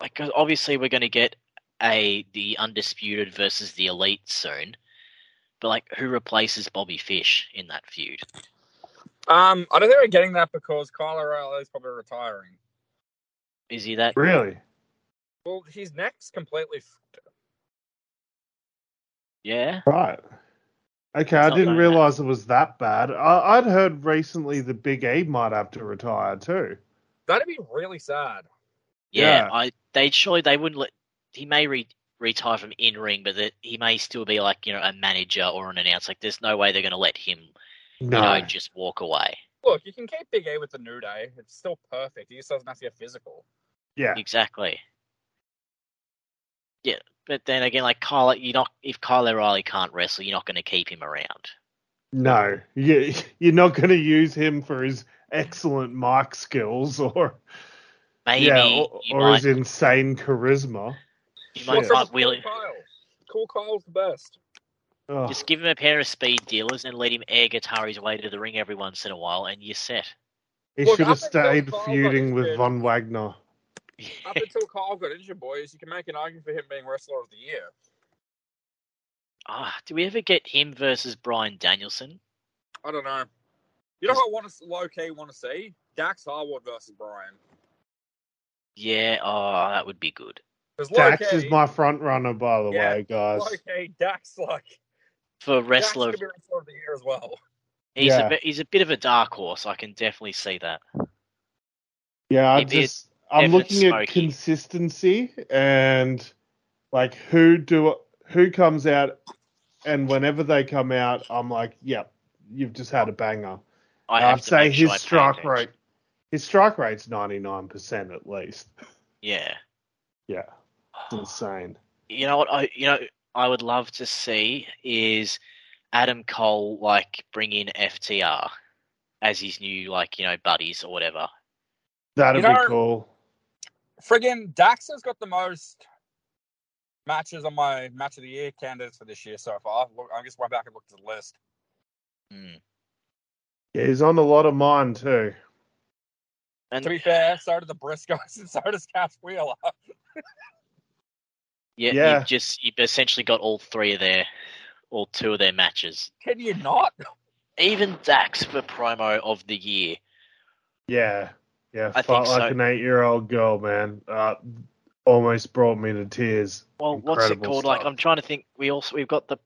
D: Like 'cause obviously we're going to get a the undisputed versus the elite soon, but like who replaces Bobby Fish in that feud?
F: Um, I don't think we're getting that because Kyle O'Reilly is probably retiring.
D: Is he that?
C: Really?
F: Well, his neck's completely. F-
D: Yeah.
C: Right. Okay, I
D: It's not
C: didn't
D: like that.
C: realize it was that bad. I, I'd heard recently the Big E might have to retire too.
F: That'd be really sad.
D: yeah,
C: Yeah.
D: I they surely they wouldn't let. He may re, retire from in ring, but that he may still be like you know a manager or an announcer. Like there's no way they're going to let him
C: No.
D: You know, just walk away.
E: Look, you can keep
F: E
E: Big A with the New Day. It's still perfect. He just doesn't have to get physical.
C: yeah.
D: Exactly. Yeah, but then again, like Kyle, you're not if Kyle O'Reilly can't wrestle, you're not going to keep him around.
C: No. You, you're not going to use him for his excellent mic skills or
D: Maybe
C: yeah, or,
D: you
C: or
D: might,
C: his insane charisma.
D: you
C: Well,
D: might
C: yeah.
E: What's wrong
D: fight
E: with
D: Will.
E: Kyle? Cool Kyle's the best.
C: Ugh.
D: Just give him a pair of speed dealers and let him air guitar his way to the ring every once in a while, and you're set.
C: he
E: Look,
C: should have
E: up until
C: stayed
E: Kyle got
C: feuding with
E: injured-
C: Von Wagner.
E: Up until Kyle got injured, boys, you can make an argument for him being wrestler of the year.
D: Ah, do we ever get him versus Brian Danielson?
E: I don't know. You know what I want to low key want to see? Dax Harwood versus Brian.
D: Yeah, oh, that would be good.
E: Because
C: Dax is my front runner, by the
E: Yeah,
C: way, guys.
E: Okay, Dax like
D: For a
E: Dax
D: wrestler,
E: could be wrestler of the year as well.
D: he's
C: Yeah.
D: a bit, he's a bit of a dark horse. I can definitely see that.
C: Yeah, I
D: If it-
C: just I'm
D: if
C: looking
D: it's
C: at
D: smoky.
C: consistency and like who do who comes out and whenever they come out, I'm like, yep, you've just had a banger.
D: I
C: I'd
D: have to
C: say
D: make sure
C: his
D: I pay
C: strike
D: attention.
C: rate, his strike rate's ninety nine percent at least.
D: Yeah.
C: Yeah, it's insane.
D: you know what I you know I would love to see is Adam Cole like bring in FTR as his new like you know buddies or whatever.
C: That'd
E: You
C: be
E: know-
C: cool.
E: Friggin' Dax has got the most matches on my match of the year candidates for this year so far. Look, I just went back and looked at the list.
D: Mm.
C: Yeah, he's on a lot of mine too.
D: And
E: To be fair, so did the Briscoes and so does Cass Wheeler.
D: yeah,
C: yeah.
D: you've just you've essentially got all three of their or two of their matches.
E: Can you not?
D: Even Dax for promo of the year.
C: Yeah, yeah,
D: I
C: fought
D: think
C: like
D: so.
C: an eight year old girl, man. Uh, almost brought me to tears.
D: Well, what's it
C: Incredible
D: called? Like
C: stuff.
D: I'm trying to think. We also we've got the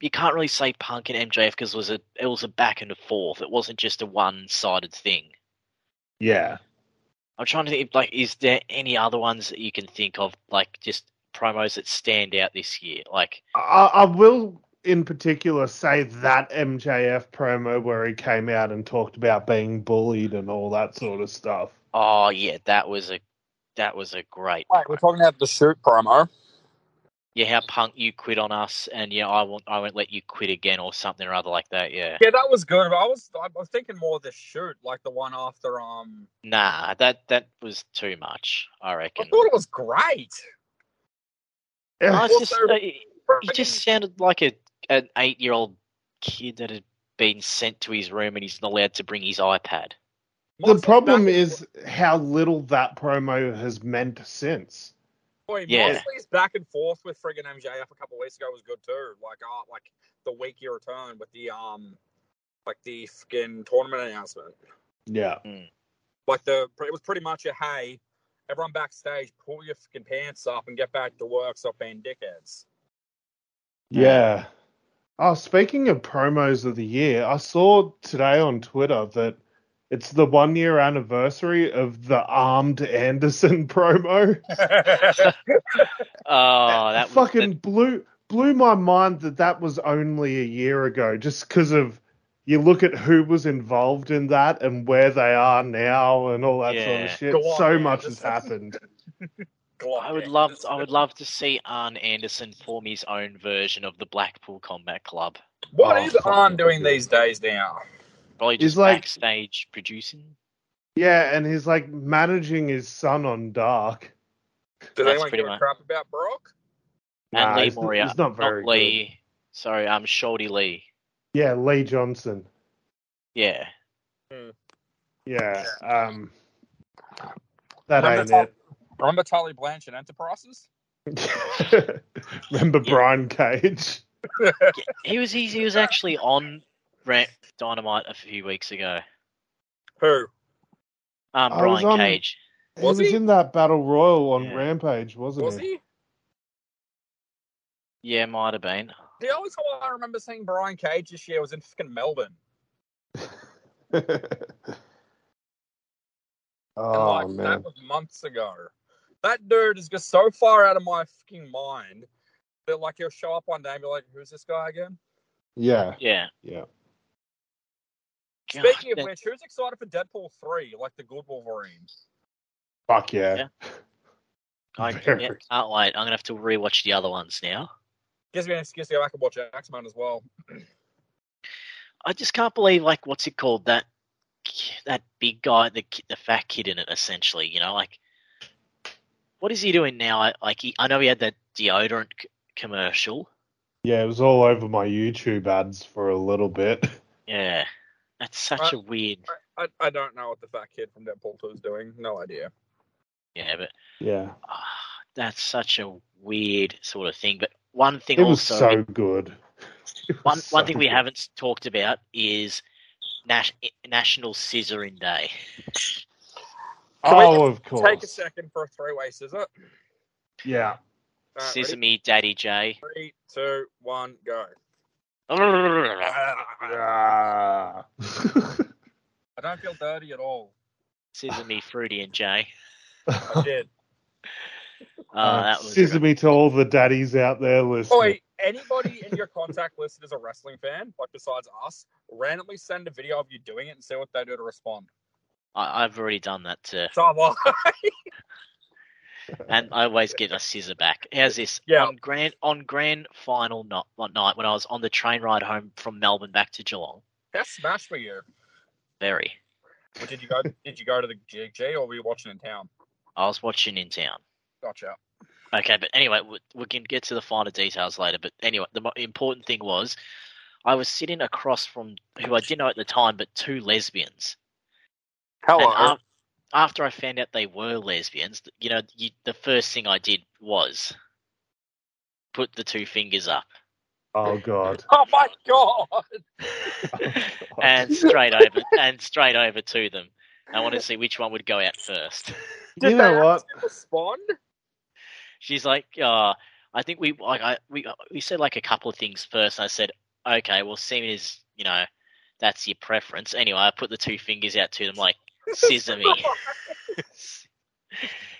D: you can't really say Punk and MJF because it was a it was a back and forth. It wasn't just a one sided thing.
C: Yeah.
D: I'm trying to think. Like, is there any other ones that you can think of? Like, just promos that stand out this year. Like,
C: I, I will, in particular, say that MJF promo where he came out and talked about being bullied and all that sort of stuff.
D: oh yeah, that was a that was a great.
E: Wait, we're talking about the shoot promo.
D: Yeah, how punk you quit on us, and yeah, I won't I won't let you quit again, or something or other like that. Yeah,
E: Yeah, that was good. But I was I was thinking more of the shoot, like the one after um
D: nah, that that was too much. I
E: I
D: reckon.
E: thought it was great.
D: I
C: Yeah,
D: was just,
E: Also-
D: uh, he he just sounded like a an eight year old kid that had been sent to his room and he's not allowed to bring his iPad.
C: the problem is how little that promo has meant since.
E: Boy,
D: Yeah.
E: Moxley's back and forth with friggin' MJF a couple weeks ago was good too. Like, uh, like the week you return with the um, like the fucking tournament announcement.
C: Yeah.
E: Like the it was pretty much a hey, everyone backstage, pull your fucking pants up and get back to work, stop being dickheads.
C: Yeah. Oh, speaking of promos of the year, I saw today on Twitter that it's the one year anniversary of the armed Anderson promo.
D: Oh, that was-
C: fucking blew blew my mind that that was only a year ago. Just because of you look at who was involved in that and where they are now and all that sort of
D: Yeah.
C: shit.
E: Go on,
C: so
E: man.
C: much has
E: Just-
C: happened.
D: I would love, I would love to see Arn Anderson form his own version of the Blackpool Combat Club.
E: What
C: Oh,
E: is
C: fuck.
E: Arn doing these days now?
D: Probably
C: He's
D: just
C: like-
D: backstage producing.
C: Yeah, and he's like managing his son on Dark.
E: Does
D: That's
E: anyone
D: pretty
E: give a
D: much-
E: crap about Brock?
D: And Lee
C: he's, n-
D: Moriarty,
C: he's not very
D: Not Lee, sorry, um, Shorty Lee.
C: good. Yeah, Lee Johnson.
D: Yeah,
C: Yeah. Um that
E: Remember
C: ain't
E: Tully-
C: it.
E: Remember Tully Blanchard Enterprises?
C: Remember
D: Yeah.
C: Brian Cage?
D: he was he, he was actually on Rant Dynamite a few weeks ago.
E: Who?
D: Um,
C: I was
D: Brian
C: on-
D: Cage.
C: He
E: Was
C: was
E: he?
C: in that battle royal on
D: Yeah.
C: Rampage, wasn't
E: Was
C: he?
E: he?
D: Yeah, might have been.
E: The only time I remember seeing Brian Cage this year was in fucking Melbourne.
C: oh
E: And like
C: Oh, man,
E: that was months ago. That dude is just so far out of my fucking mind that like he'll show up one day and be like, Who's this guy again?
C: yeah,
D: Yeah,
C: yeah.
E: Speaking
D: God,
E: of which, who's excited for Deadpool three? Like the good Wolverine.
C: Fuck yeah.
D: Yeah. I
C: Very-
D: yeah, can't wait. I'm gonna have to rewatch the other ones now.
E: Gives me an excuse to go back and watch X Men as well.
D: I just can't believe like what's it called that that big guy, the ki- the fat kid in it, essentially. You know, like what is he doing now? I- Like he, I know he had that deodorant c- commercial.
C: Yeah, it was all over my YouTube ads for a little bit.
D: Yeah, that's such
E: Right.
D: a weird.
E: I, I don't know what the fat kid from Deadpool two is doing. No idea.
D: Yeah, but
C: Yeah.
D: ah, that's such a weird sort of thing. But one thing
C: It was
D: also,
C: so good. It was
D: one one
C: so
D: thing we
C: good.
D: haven't talked about is Nash, National Scissoring Day.
E: Can we
C: Oh, of course.
E: Take a second for a three way scissor. Uh,
C: Yeah.
E: All right,
D: Scissor
E: ready?
D: me, Daddy J.
E: Three, two, one, go.
C: Ah.
E: I don't feel dirty at all.
D: Scissor me, Fruity and Jay.
C: Ah.
E: I did.
D: Uh, that was
C: Scissor me to all the daddies out there listening.
E: Oh, wait, anybody in your contact list that is a wrestling fan, like besides us, randomly send a video of you doing it and see what they do to respond.
D: I, I've already done that too,
E: So I'm like,
D: and I always get a scissor back. How's this?
E: Yeah.
D: On grand on grand final not, one night when I was on the train ride home from Melbourne back to Geelong.
E: that's smash for you.
D: Very.
E: Well, did you go? Did you go to the GG or were you watching in town?
D: I was watching in town.
E: Gotcha.
D: Okay, but anyway, we, we can get to the finer details later. But anyway, the mo- important thing was I was sitting across from who I didn't know at the time, but two lesbians.
E: Hello.
D: And af- after I found out they were lesbians, th- you know, you, the first thing I did was put the two fingers up
C: Oh, God.
E: oh my god!
D: and straight over and straight over to them. I want to see which one would go out first.
C: you
E: Did they
C: know what?
E: actually Respond?
D: She's like, uh, I think we like I we uh, we said like a couple of things first. And I said, okay, well, seeing as you know that's your preference. Anyway, I put the two fingers out to them like scissor me.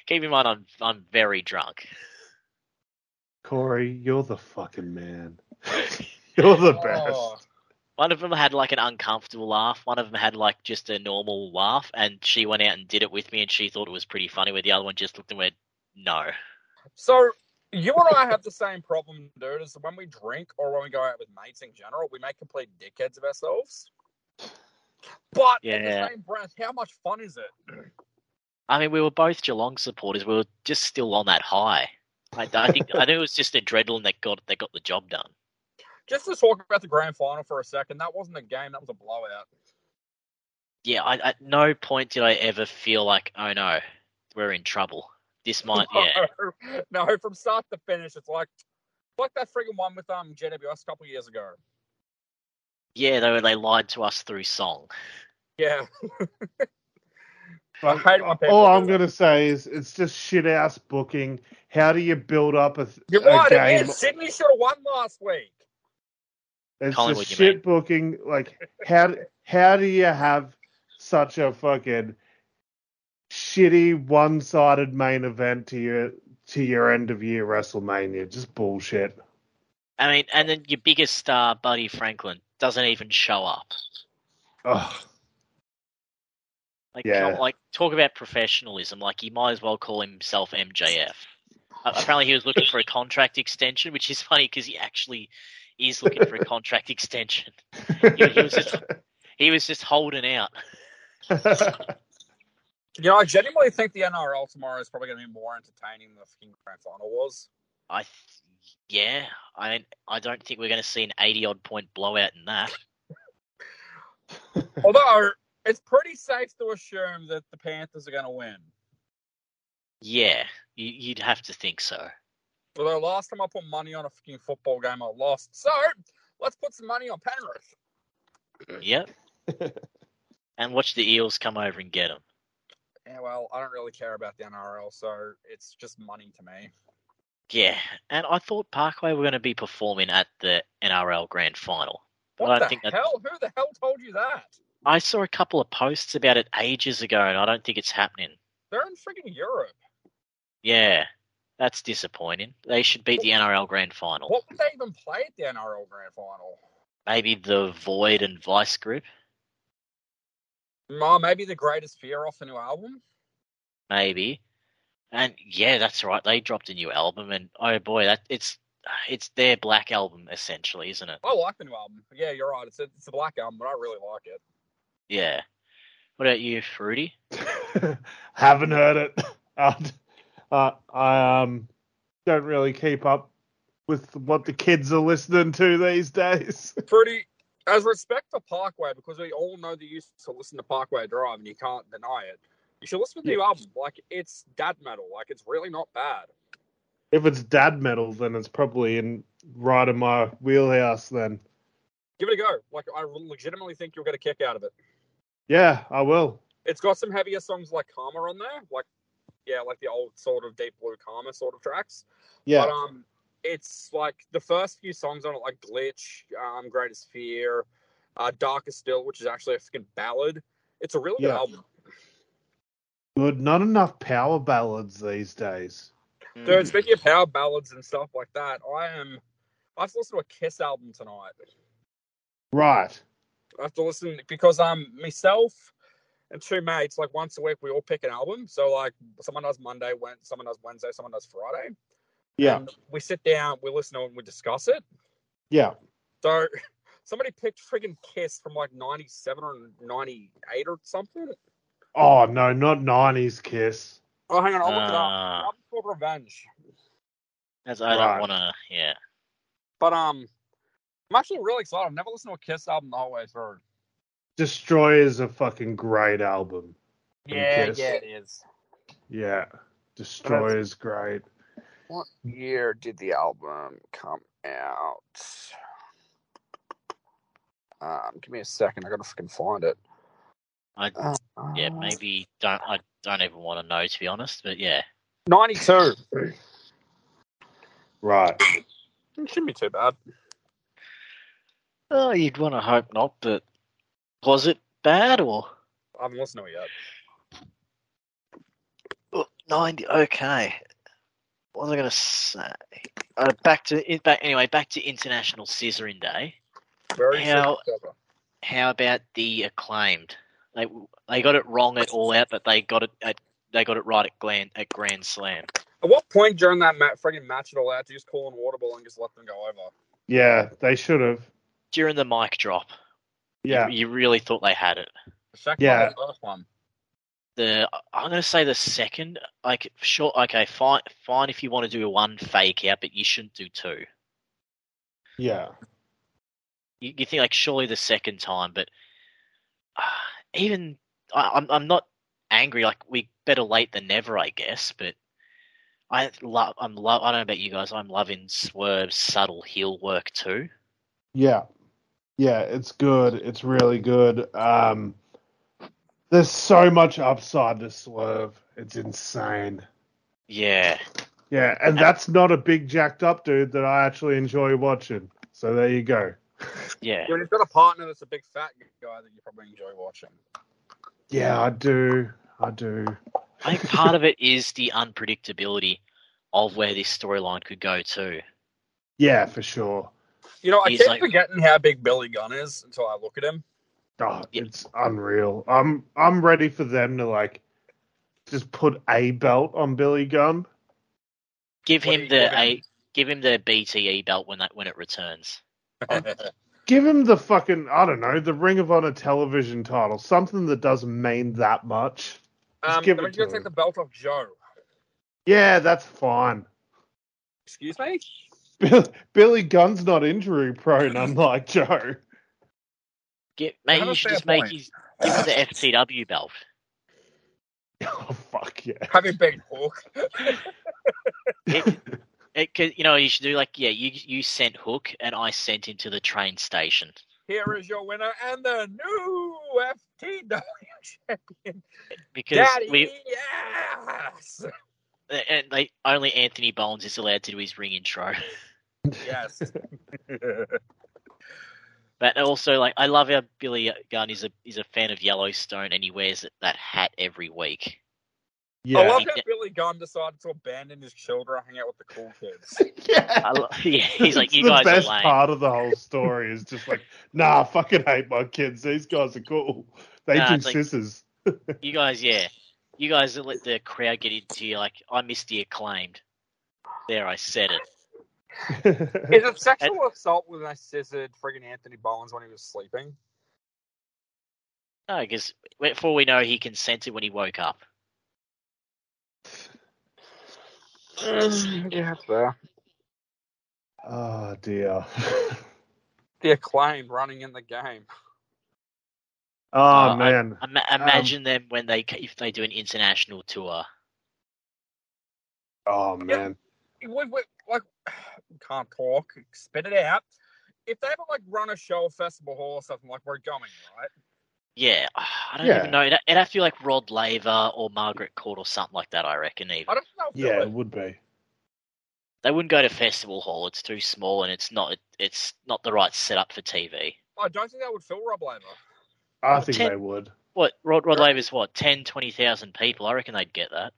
D: Keep in mind, I'm I'm very drunk.
C: Corey, you're the fucking man. you're the
E: Oh.
C: best.
D: One of them had like an uncomfortable laugh. One of them had like just a normal laugh, and she went out and did it with me, and she thought it was pretty funny. Where the other one just looked and went, "No,
E: So you and I have the same problem, dude. Is when we drink or when we go out with mates in general, we make complete dickheads of ourselves. But in
D: Yeah.
E: the same breath, how much fun is it?
D: I mean, we were both Geelong supporters. We were just still on that high. I, I think I think it was just adrenaline that got that got the job done.
E: Just to talk about the grand final for a second, that wasn't a game. That was a blowout.
D: Yeah, I, at no point did I ever feel like, oh no, we're in trouble. This might, yeah,
E: no, from start to finish, it's like like that friggin' one with um JWS a couple years ago.
D: yeah. They were, they lied to us through song.
E: Yeah. I
C: But
E: hate when people
C: all
E: do
C: I'm
E: that.
C: going to say is it's just shit ass booking. How do you build up a, th-
E: You're
C: a
E: right.
C: game?
E: It is. Sydney should have won last week.
C: It's
D: Collingwood,
C: just
D: you mean.
C: shit booking. Like how how do you have such a fucking shitty one sided main event to your to your end of year WrestleMania? Just bullshit.
D: I mean, and then your biggest star, Buddy Franklin, doesn't even show up.
C: Ugh.
D: Like,
C: Yeah.
D: come- like talk about professionalism. Like, he might as well call himself MJF. Uh, apparently, he was looking for a contract extension, which is funny because he actually is looking for a contract extension. He, he was just he was just holding out.
E: You know, I genuinely think the NRL tomorrow is probably going to be more entertaining than the fucking grand final was.
D: I, th- yeah, I mean, I don't think we're going to see an eighty odd point blowout in that.
E: Although it's pretty safe to assume that the Panthers are going to win.
D: Yeah, you, you'd have to think so.
E: Although last time I put money on a fucking football game, I lost. So let's put some money on Penrith.
D: Yep. and watch the Eels come over and get him.
E: Yeah, well, I don't really care about the NRL, so it's just money to me.
D: Yeah, and I thought Parkway were going to be performing at the NRL Grand Final. But I
E: What
D: don't
E: the
D: think that-
E: hell? Who the hell told you that?
D: I saw a couple of posts about it ages ago, and I don't think it's happening.
E: They're in freaking Europe.
D: Yeah, that's disappointing. They should beat the NRL Grand Final.
E: What would they even play at the NRL Grand Final?
D: Maybe the Void and Vice group.
E: Ma, Mm, uh, maybe the greatest fear off a new album.
D: maybe. And yeah, that's right. They dropped a new album, and oh boy, that it's it's their black album essentially, isn't it?
E: I like the new album. Yeah, you're right. It's a, it's a black album, but I really like it.
D: Yeah. What about you, Fruity?
C: Haven't heard it. Uh, uh, I um, don't really keep up with what the kids are listening to these days.
E: Pretty. As respect for Parkway, because we all know that you used to listen to Parkway Drive, and you can't deny it. You should listen to the new album. Like it's dad metal. Like it's really not bad.
C: If it's dad metal, then it's probably in right in my wheelhouse. Then
E: Give it a go. Like I legitimately think you'll get a kick out of it.
C: yeah, I will.
E: It's got some heavier songs like Karma on there, like yeah, like the old sort of Deep Blue Karma sort of tracks.
C: Yeah,
E: But um, it's like the first few songs on it, like Glitch, um, Greatest Fear, uh, Darker Still, which is actually a freaking ballad. It's a really good
C: Yeah.
E: album.
C: good. Not enough power ballads these days.
D: Mm.
E: Dude, speaking of power ballads and stuff like that, I am. I have to listen to a Kiss album tonight.
C: Right.
E: I have to listen because um myself and two mates like once a week we all pick an album. So like someone does Monday, when someone does Wednesday, someone does Friday.
C: Yeah.
E: And we sit down, we listen to it, and we discuss it.
C: Yeah.
E: So somebody picked friggin' Kiss from like '97 or '98 or something.
C: Oh no, not nineties Kiss.
E: Oh, hang on, I'll look it up.
D: Ah.
E: Album called Revenge.
D: As I don't
C: Right.
D: want to. Yeah.
E: But um, I'm actually really excited. I've never listened to a Kiss album the whole way through.
C: Destroyer is a fucking great album. And Kiss.
E: it is.
C: Yeah. Destroyer is great.
E: What year did the album come out? Um, give me a second. I gotta freaking find it.
D: I yeah
E: Uh,
D: maybe don't I don't even want to know to be honest, but yeah.
E: '92.
C: Right.
E: it shouldn't be too bad.
D: Oh, you'd want to hope not, but was it bad or
E: I haven't listened to it yet.
D: Oh, ninety? Okay. What was I gonna say? Uh, back to in- back anyway. Back to International Scissoring Day.
E: Very
D: How-
E: soon.
D: How about the acclaimed? They they got it wrong at all out, but they got it at they got it right at Grand at Grand Slam.
E: At what point during that ma- friggin' match at all out, do you just call an audible and just let them go over?
C: Yeah, they should have.
D: During the mic drop, you-
C: Yeah.
D: you really thought they had it.
E: The second
C: Yeah.
E: one or the first one?
D: the I'm going to say the second. Like, sure, okay, fine, fine. If you want to do one fake out, but you shouldn't do two.
C: Yeah.
D: You, you think like surely the second time, but uh, even I, I'm I'm not angry. Like we better late than never, I guess. But I love I'm love. I don't know about you guys. I'm loving Swerve's subtle heel work too.
C: Yeah. Yeah, it's good. It's really good. Um there's so much upside to Swerve. It's insane.
D: Yeah,
C: Yeah, and that's not a big jacked up dude that I actually enjoy watching. So there you go.
D: yeah.
E: When you've got a partner that's a big fat guy that you probably enjoy watching.
C: Yeah, I do. I do.
D: I think part of it is the unpredictability of where this storyline could go to.
C: Yeah, for sure.
E: You know, I
D: He's
E: keep
D: like-
E: forgetting how big Billy Gunn is until I look at him.
C: Oh,
D: Yeah.
C: it's unreal. I'm I'm ready for them to like just put a belt on Billy Gunn.
D: Give
E: What do
D: him
E: you
D: the
E: give him?
D: a give him the BTE belt when that when it returns.
E: Um,
C: Give him the fucking I don't know, the Ring of Honor television title. Something that doesn't mean that much.
E: um,
C: give
E: then
C: it
E: we're gonna
C: to
E: take
C: him.
E: the belt off Joe.
C: Yeah, that's fine.
E: Excuse me?
C: Bill, Billy Gunn's not injury prone, unlike Joe.
D: Get mate,
E: have
D: you
E: a
D: should
E: fair
D: just make
E: point.
D: his give him the FCW belt.
C: Oh fuck yeah.
E: Have you been Hook?
D: It, it could, you know you should do like yeah you you sent Hook and I sent him to the train station.
E: Here is your winner and the new FTW champion.
D: Because
E: Daddy,
D: we
E: yes!
D: and they only Anthony Bones is allowed to do his ring intro.
E: Yes.
D: But also like I love how Billy Gunn is a is a fan of Yellowstone and he wears that hat every week.
E: I
C: Yeah.
E: love how Billy Gunn decided to abandon his children and hang out with the cool kids.
C: yeah.
D: I lo- yeah, he's like
C: It's
D: you
C: the
D: guys
C: best
D: are lame.
C: part of the whole story is just like, nah, I fucking hate my kids. These guys are cool. They
D: Nah,
C: do
D: it's like-
C: scissors.
D: You guys, yeah, you guys that let the crowd get into you. Like I missed the acclaimed. There, I said it.
E: Is it sexual assault when I scissored friggin' Anthony Bollins when he was sleeping?
D: No, because before we know, he consented when he woke up.
E: yeah, fair.
C: oh dear.
D: Uh,
E: The acclaim running in the game.
C: oh
D: I-
C: man.
D: Ima-
E: Um,
D: imagine them when they c- if they do an international tour.
C: oh man.
E: we, we, like can't talk, spit it out. If they ever like run a show, a festival hall or something, like we're going, right?
D: Yeah, I don't
C: Yeah.
D: even know. It'd, it'd have to be like Rod Laver or Margaret Court or something like that. I reckon even
E: I don't know. If
C: Yeah,
E: yeah.
C: it would be.
D: they wouldn't go to festival hall. It's too small and it's not it's not the right setup for TV.
E: I don't think that would feel Rob Laver.
C: I think
D: ten-
C: they would.
D: What Rod Rod Laver's what 10, 20,000 people? I reckon they'd get that.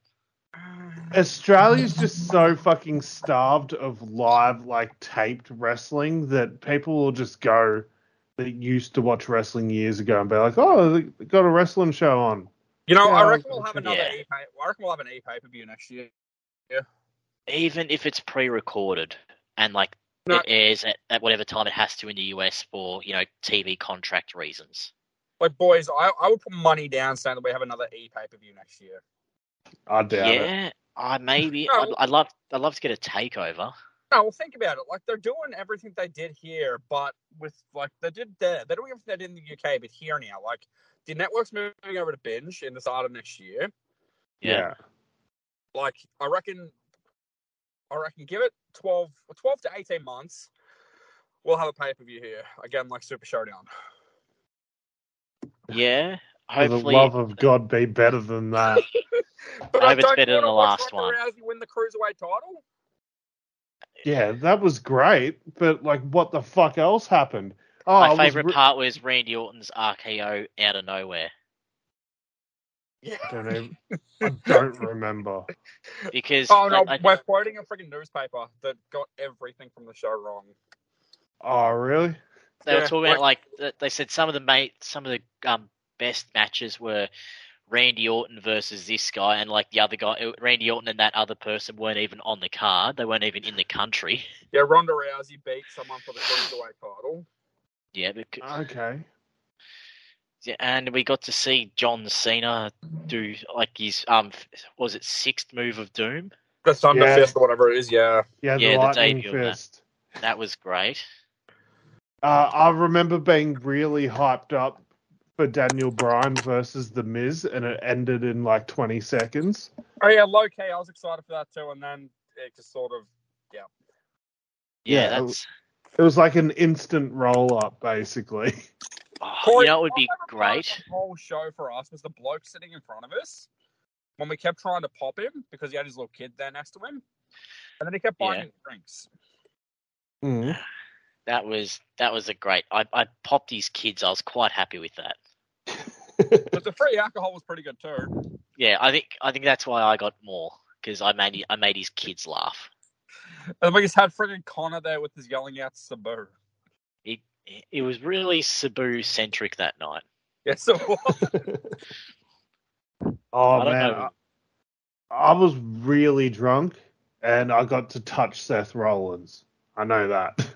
E: Uh,
C: Australia's just so fucking starved of live, like taped wrestling that people will just go that used to watch wrestling years ago and be like, "Oh, they got a wrestling show on."
E: You know,
C: Yeah,
E: I reckon we'll
C: I'm
E: have
C: sure-
E: another
D: Yeah.
E: e pay. I reckon we'll have an e pay per view next year.
D: Even if it's pre-recorded and like
E: No.
D: it airs at, at whatever time it has to in the US for you know TV contract reasons.
E: Like boys, I, I would put money down saying that we have another e pay per view next year.
C: I doubt it.
D: yeah, I maybe
E: No.
D: I'd, I'd love I'd love to get a takeover.
E: No, well, think about it. Like they're doing everything they did here, but with like they did there. They don't even they did in the UK, but here now, like the network's moving over to binge in the start of next year.
C: Yeah.
E: like I reckon, I reckon give it 12, 12 to eighteen months. We'll have a pay per view here again, like Super Showdown.
D: Yeah.
C: For the
D: Hopefully,
C: love of God, be better than that.
E: But
D: I hope it's
E: don't
D: better than
E: wanna
D: the
E: watch
D: last
E: Ronda
D: one.
E: Rousey win the cruiserweight title.
C: yeah, that was great, but like, what the fuck else happened? Oh, it
D: my
C: was
D: favorite
C: re-
D: part was Randy Orton's RKO out of nowhere
C: I don't, even- I don't remember.
D: because
E: Oh no,
D: I- I-
E: we're quoting a freaking newspaper that got everything from the show wrong.
C: Oh, really?
D: they were
E: yeah,
D: talking about like th- they said some of the mate some of the um best matches were Randy Orton versus this guy and like the other guy it- Randy Orton and that other person weren't even on the card they weren't even in the country
E: Yeah, Ronda Rousey beat someone for the cruiserweight title.
D: yeah, because,
C: Okay.
D: yeah and we got to see John Cena do like his um f- was it sixth move of doom
E: The Thunder
C: Yeah.
E: Fist or whatever it is. Yeah,
C: Yeah, the
D: Yeah, the
C: lightning
D: debut of that.
C: fist.
D: that was great
C: Uh, I remember being really hyped up for Daniel Bryan versus The Miz, and it ended in like 20 seconds.
E: oh yeah, low key. I was excited for that too, and then it just sort of
D: yeah,
C: Yeah,
D: that's
C: It was like an instant roll up, basically.
D: oh,
E: Corey,
D: you know it would
E: my
D: be
E: favourite part of
D: great
E: The whole show for us was the bloke sitting in front of us when we kept trying to pop him because he had his little kid there next to him, and then he kept buying
D: Yeah.
E: him drinks.
D: Hmm. That was that was a great. I, I popped his kids. I was quite happy with that.
E: But the free alcohol was pretty good too.
D: Yeah, I think I think that's why I got more because I made I made his kids laugh.
E: And we just had friggin' Connor there with his yelling out Sabu.
D: It it was really Sabu centric that night.
E: Yes, it was.
C: Oh,
D: I don't
C: man.
D: know.
C: I, I was really drunk, and I got to touch Seth Rollins. I know that.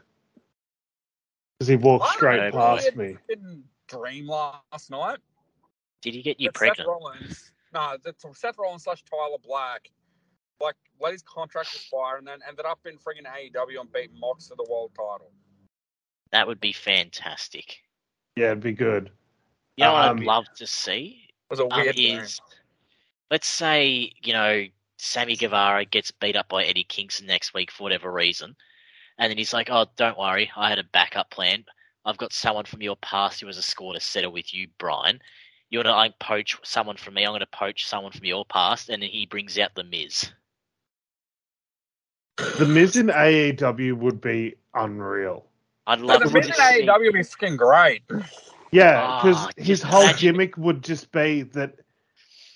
C: Because he walked
E: I
C: straight
D: remember
C: past
E: it.
C: me.
E: Didn't dream last night.
D: Did he get you
E: But Seth
D: pregnant?
E: Rollins. No, that's Seth Rollins slash Tyler Black. Like, let his contract expire and then ended up in friggin' AEW and beat Mox for the world title.
D: That would be fantastic.
C: Yeah, it'd be good.
D: You know what
C: Um,
D: I'd love to see
E: It was a
D: um,
E: weird game.
D: is let's say you know Sammy Guevara gets beat up by Eddie Kingston next week for whatever reason, and then he's like, "Oh, don't worry, I had a backup plan. I've got someone from your past who was a score to settle with you, Brian. You want to like, poach someone from me? I'm going to poach someone from your past." And then he brings out the Miz.
C: The Miz in AEW would be unreal.
D: I'd
E: Like,
D: love
E: the E
D: to
E: Miz
D: see.
E: in AEW would be freaking great.
C: Yeah, because
D: Ah,
C: his
D: just
C: whole
D: imagine-
C: gimmick would just be that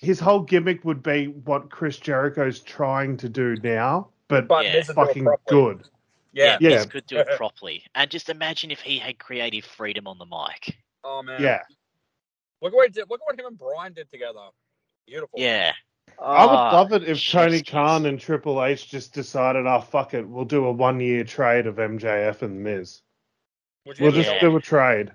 C: his whole gimmick would be what Chris Jericho's trying to do now, but,
E: But
D: Yeah.
E: Miz would do it
C: fucking
E: properly.
C: good.
D: yeah,
E: Yeah.
C: Yeah.
D: Miz could do it properly. And just imagine if he had creative freedom on the mic.
E: Oh man.
C: Yeah.
E: Look what he did, look what him and Brian did together. Beautiful.
D: Yeah.
C: I
D: Ah,
C: would love it if
D: jeez.
C: Tony Khan and Triple H just decided, oh, fuck it, we'll do a one year trade of MJF and The Miz.
E: Would you
C: We'll
E: ever
C: just
D: Yeah.
E: go-
C: do a trade.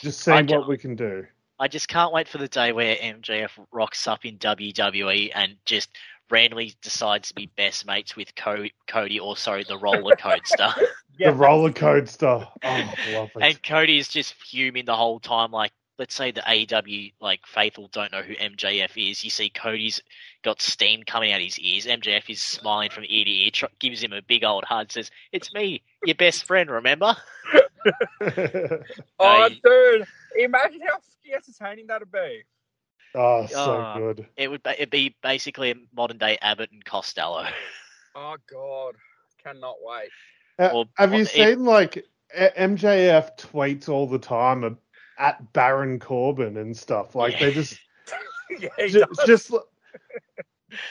C: just see
D: I
C: what
D: don't-
C: we can do.
D: I just can't wait for the day where MJF rocks up in WWE and just randomly decides to be best mates with Co- Cody or sorry the roller coaster.
E: Yeah.
C: The roller coaster. Oh, I love it.
D: and Cody is just fuming the whole time. Like, let's say the AEW like faithful don't know who MJF is. You see Cody's got steam coming out his ears. MJF is smiling from ear to ear, tr- gives him a big old hug, says, "It's me, your best friend. Remember?"
E: Oh,
D: Hey.
E: dude. Imagine how fucking entertaining that'd be.
C: oh, so
D: Ah.
C: good.
D: It would ba- it'd be basically a modern day Abbott and Costello.
E: Oh, God. Cannot wait.
C: Uh,
D: Or-
C: Have
D: or
C: you
D: if-
C: seen, like, A- MJF tweets all the time ab- at Baron Corbin and stuff? Like, they
D: Yeah.
C: just
E: yeah, he
C: Ju-
E: does.
C: just l-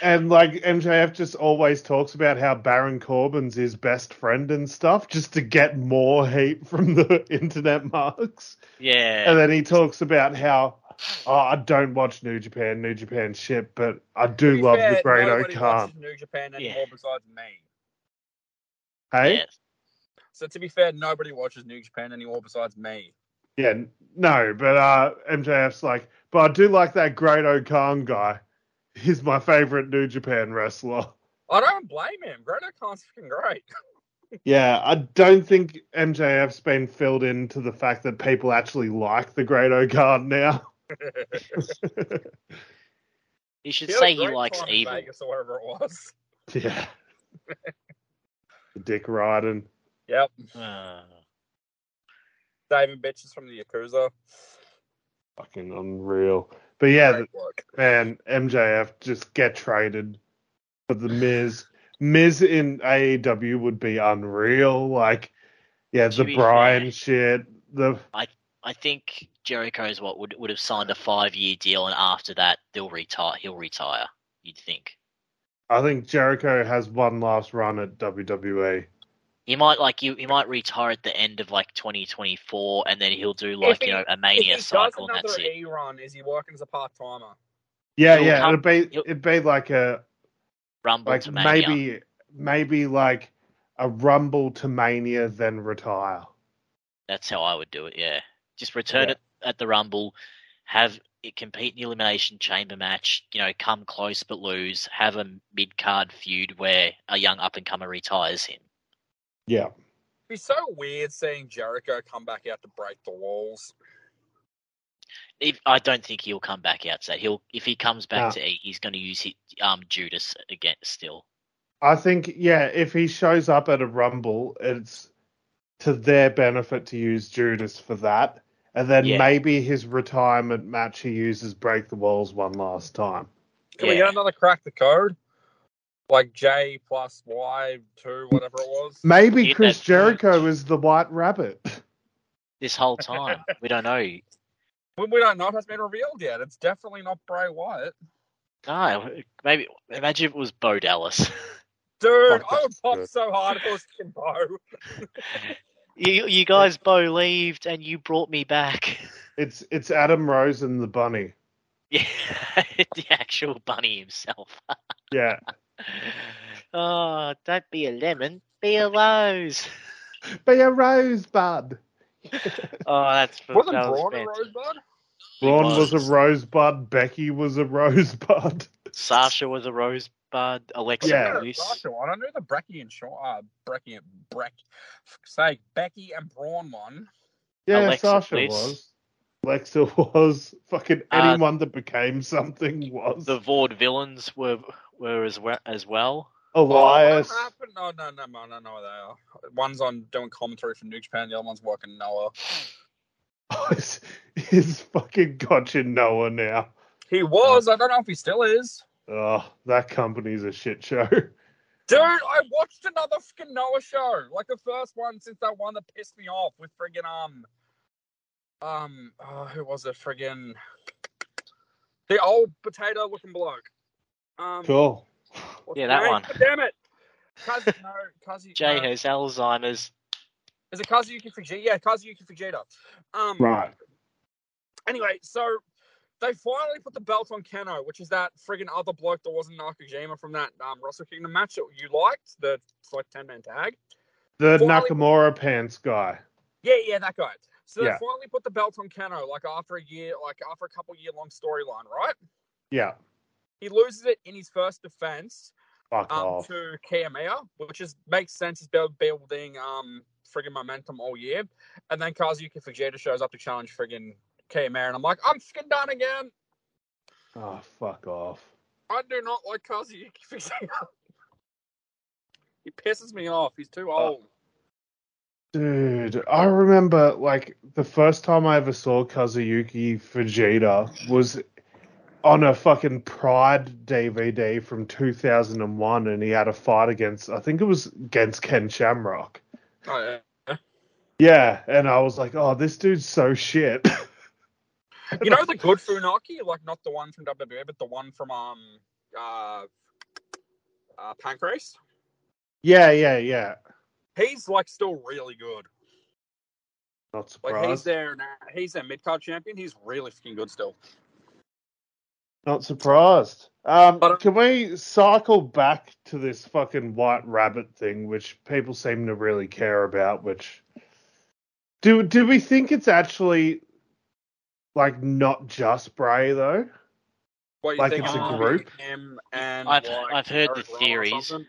C: and like MJF just always talks about how Baron Corbin's his best friend and stuff, just to get more heat from the internet marks.
D: Yeah,
C: And then he talks about how oh, I don't watch New Japan, New Japan shit, but I
E: To
C: do
E: be
C: love
E: fair,
C: the Great
E: nobody
C: O'Khan.
E: watches New Japan anymore
D: Yeah.
E: besides me.
C: Hey,
D: yeah.
E: So to be fair, nobody watches New Japan anymore besides me.
C: yeah, n- no, but uh, MJF's like, but I do like that Great O'Khan guy. He's my favorite New Japan wrestler.
E: I don't blame him. Great Khan's fucking great.
C: Yeah, I don't think MJF's been filled into the fact that people actually like the Great O'Card now.
D: You should
E: had a
D: say he
E: great
D: likes
E: time in
D: evil.
E: Vegas or whatever it was.
C: yeah. Dick Ryden.
E: Yep.
D: Uh,
E: Saving bitches from the Yakuza.
C: Fucking unreal. But yeah,
E: Great work.
C: man, MJF just get traded for the Miz. Miz in AEW would be unreal. Like, yeah,
D: To
C: the
D: be
C: Brian
D: fair.
C: shit. The
D: I think Jericho's what would would have signed a five year deal, and after that they'll retire. He'll retire. You'd think
C: I think Jericho has one last run at E. WWE.
D: he might like you. He might retire at the end of like 2024, and then he'll do like
E: he-
D: you know a
E: If he
D: mania
E: does
D: cycle, and that's
E: another
D: it.
E: E run, is he working as a part timer?
C: Yeah,
D: He'll
C: yeah,
D: come-
C: it'd be
D: he'll-
C: it'd be like a
D: Rumble
C: like
D: to mania.
C: maybe maybe like a rumble to mania then retire
D: That's how I would do it. Yeah, just return
C: Yeah.
D: it at the Rumble, have it compete in the Elimination Chamber match. You know, come close but lose. Have a mid card feud where a young up and comer retires him.
C: yeah
E: It'd be so weird seeing Jericho come back out to break the walls.
D: If, I don't think he'll come back outside. He'll if he comes back
C: Nah.
D: to E, he's going to use his, um Judas again still.
C: i think yeah if he shows up at a rumble it's to their benefit to use judas for that and then
D: Yeah.
C: maybe his retirement match he uses break the walls one last time
E: Can we
D: Yeah.
E: get another crack the code? Like J plus Y two, whatever it was.
C: maybe
D: Yeah,
C: chris
D: that's-
C: jericho is the white rabbit
D: This whole time we don't know.
E: We, we don't know if that's been revealed yet. It's definitely not Bray Wyatt.
D: No, maybe imagine if it was Bo Dallas.
E: Dude,
C: Fuck
E: I would
C: that.
E: pop so hard if it was fucking Bo.
D: you you guys Bo leaved and you brought me back.
C: it's it's adam rose and the bunny
D: Yeah, the actual bunny himself.
C: yeah
D: Oh, don't be a lemon, be a rose.
C: be a rosebud
D: Oh, that's
E: Wasn't
D: that was
E: Braun a
D: fantastic.
E: Rosebud?
C: Braun was.
D: was.
C: a rosebud. Becky was a rosebud.
D: Sasha was a rosebud. Alexa
C: Yeah.
D: Bliss.
E: Sasha one. I know the Brecky and Shawn, uh, Brecky and Breck. Say Becky and Braun one.
C: Yeah,
D: Alexa
C: Sasha
D: Bliss.
C: was. Alexa was. Fucking
D: Uh,
C: anyone that became something was.
D: The Vaude villains were were as well as well.
C: Elias.
E: Oh, what happened? No, no, no, no, no, no. They are. One's on doing commentary for New Japan. The other one's working Noah.
C: is, is fucking gotcha Noah now.
E: He was. I don't know if he still is.
C: Oh, that company's a shit show.
E: Dude, I watched another fucking Noah show. Like the first one since that one that pissed me off with friggin' um, um, oh, who was it? Friggin' the old potato looking bloke. Um,
C: Cool.
E: what's
D: Yeah,
E: his
D: that
E: name?
D: one.
E: God damn it. Kazu, no, Kazu,
D: Jay
E: no.
D: has Alzheimer's.
E: Is it Kazuyuki Fujita? Yeah, Kazuyuki Fujita. Um,
C: Right.
E: Anyway, so they finally put the belt on Kano, which is that friggin' other bloke that wasn't Nakajima from that um, Wrestle Kingdom match that you liked, the it's like 10 man tag.
C: The
E: Finally-
C: Nakamura pants guy.
E: Yeah, yeah, that guy. So they
C: Yeah.
E: finally put the belt on Kano, like after a year, like after a couple year long storyline, right?
C: Yeah.
E: He loses it in his first defense
C: Fuck
E: um,
C: off.
E: to Kiyomiya, which is makes sense. He's been building um friggin' momentum all year, and then Kazuyuki Fujita shows up to challenge friggin' Kiyomiya, and I'm like, I'm friggin' done again.
C: Oh, fuck off.
E: I do not like Kazuyuki Fujita. he pisses me off. He's too
C: Oh.
E: old.
C: Dude, I remember like the first time I ever saw Kazuyuki Fujita was on a fucking Pride DVD from 2001, and he had a fight against, I think it was against Ken Shamrock.
E: Oh, yeah.
C: Yeah, and I was like, oh, this dude's so shit.
E: You know the good Funaki, like not the one from WWE, but the one from um uh, uh Pancrase.
C: yeah, yeah, yeah.
E: He's like still really good.
C: Not
E: Like
C: surprised.
E: he's their he's their mid card champion. He's really fucking good still.
C: Not surprised. Um,
E: But- uh,
C: can we cycle back to this fucking white rabbit thing, which people seem to really care about? Which do do we think it's actually like not just Bray though?
E: What, you
C: Like
E: think
D: it's a
E: gonna
C: group?
E: be Him and
D: I've-
E: like,
D: I've heard
E: Eric
D: the
E: Rowan or
D: theories.
E: something?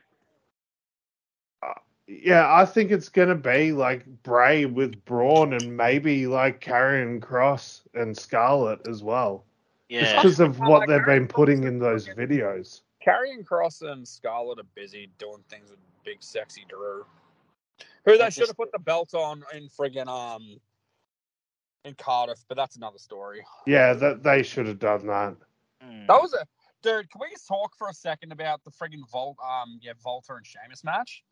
C: Yeah, I think it's gonna be like Bray with Braun and maybe like Karrion Cross and Scarlet as well, just
D: Yeah.
C: because of
E: Well,
C: what
E: like,
C: they've been
E: Karrion Kross
C: putting
E: is
C: in those
E: fucking-
C: videos.
E: Karrion Cross and Scarlet are busy doing things with Big Sexy Drew, who they
D: That's
E: should have
D: just-
E: put the belt on in friggin' um in Cardiff, but that's another story.
C: Yeah, that they should have done that.
D: Mm.
E: That was a dude. Can we just talk for a second about the friggin' Volt um yeah Volta and Sheamus match?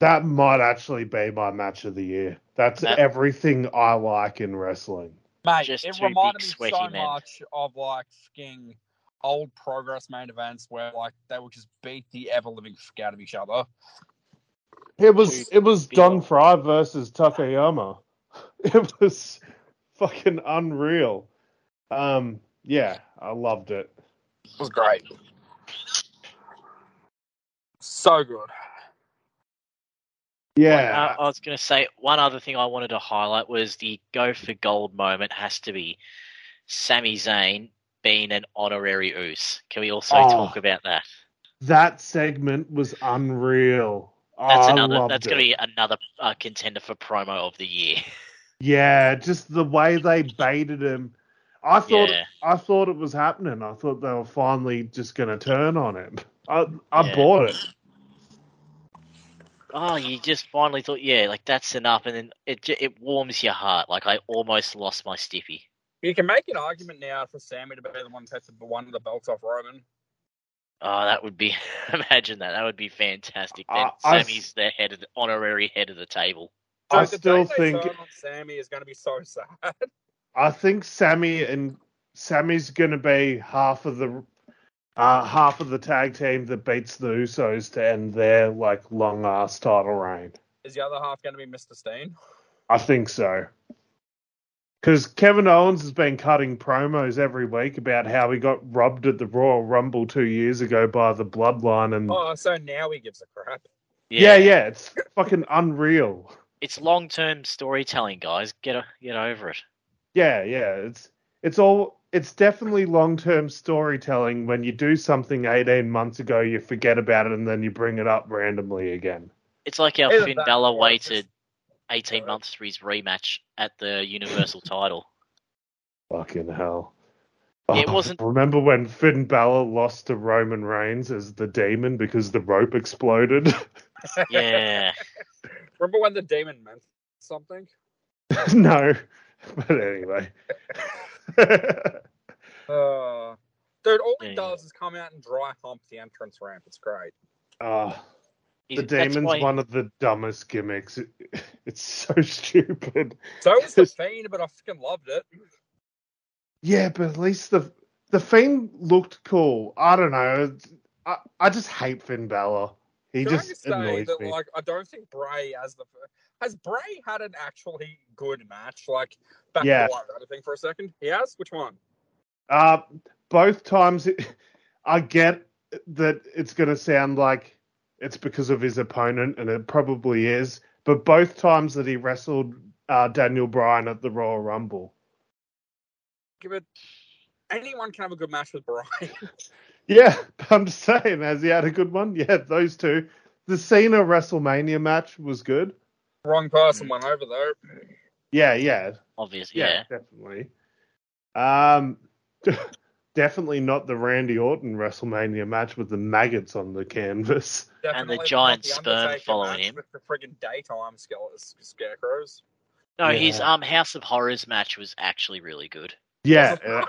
C: That might actually be my match of the year. That's
D: That-
C: everything I like in wrestling.
E: Mate,
D: Just
E: it
D: two
E: reminded
D: big
E: me
D: sweaty
E: so
D: men.
E: much of like fucking old progress main events where like they would just beat the ever living fuck out of each other.
C: It was it was
D: Feel-
C: Don Fry versus Takayama. It was fucking unreal. Um, yeah, I loved it.
E: It was great. So good.
C: Yeah,
E: uh,
D: I, I was going to say one other thing I wanted to highlight was the go for gold moment has to be Sami Zayn being an honorary Oos. Can we also
C: Oh.
D: talk about that?
C: that segment was unreal.
D: That's
C: I
D: another.
C: loved
D: That's
C: it.
D: going to be another uh, contender for promo of the year.
C: Yeah, just the way they baited him. I thought
D: Yeah.
C: I thought it was happening. I thought they were finally just going to turn on him. I I
D: Yeah.
C: bought it.
D: Oh, you just finally thought, yeah, like that's enough, and then it ju- it warms your heart. Like I almost lost my stiffy.
E: You can make an argument now for Sammy to be the one to take the one of the belts off Roman.
D: Oh, that would be imagine that. That would be fantastic. Then
C: Uh, I s-
D: Sammy's the head of the honorary head of the table.
E: So
C: I
E: the
C: still
E: day they
C: think
E: turn on Sammy is going to be so sad.
C: I think Sammy and Sammy's gonna be half of the uh, half of the tag team that beats the Usos to end their like long ass title reign.
E: Is the other half going to be Mr. Steen?
C: I think so. Because Kevin Owens has been cutting promos every week about how he got robbed at the Royal Rumble two years ago by the Bloodline, and
E: Oh, so now he gives a crap.
C: yeah, yeah, it's fucking unreal.
D: It's long term storytelling, guys. Get o- get over it.
C: Yeah, yeah, it's it's all it's definitely long-term storytelling when you do something 18 months ago, you forget about it and then you bring it up randomly again.
D: It's like how
E: Either
D: Finn
E: that
D: Balor
E: or it's
D: waited eighteen months for his rematch at the Universal title.
C: Fucking hell. Oh,
D: Yeah, it wasn't-
C: Remember when Finn Balor lost to Roman Reigns as the demon because the rope exploded?
D: Yeah,
E: Remember when the demon meant something?
C: no. But anyway.
E: Uh, dude, all he
D: Yeah.
E: does is come out and dry hump the entrance ramp. It's great.
C: Ah, the
D: He's- that's
C: demon's
D: why-
C: one of the dumbest gimmicks. It- it's so stupid.
E: So was the Fiend, but I fucking loved it.
C: Yeah, but at least the the Fiend looked cool. I don't know. I I just hate Finn Balor. He
E: Can I
C: just
E: just say
C: annoys
E: that,
C: me.
E: like, I don't think Bray has the has Bray had an actually good match. Like, back
C: Yeah.
E: to the live ladder thing for a second. He has. Which one?
C: Uh, both times, it, I get that it's going to sound like it's because of his opponent, and it probably is. But both times that he wrestled uh, Daniel Bryan at the Royal Rumble,
E: Give it. Anyone can have a good match with Bray.
C: yeah, I'm just saying, has he had a good one? Yeah, those two. The Cena WrestleMania match was good.
E: Wrong person went over though.
C: Yeah, yeah,
D: Obviously, yeah.
C: yeah, definitely. Um, definitely not the Randy Orton WrestleMania match with the maggots on the canvas.
D: And the
E: Definitely
D: giant
E: not the
D: sperm
E: Undertaker
D: following
E: match
D: him.
E: with the friggin' daytime skeletons, scarecrows.
D: No, his
C: Yeah.
D: um House of Horrors match was actually really good.
C: Yeah. uh,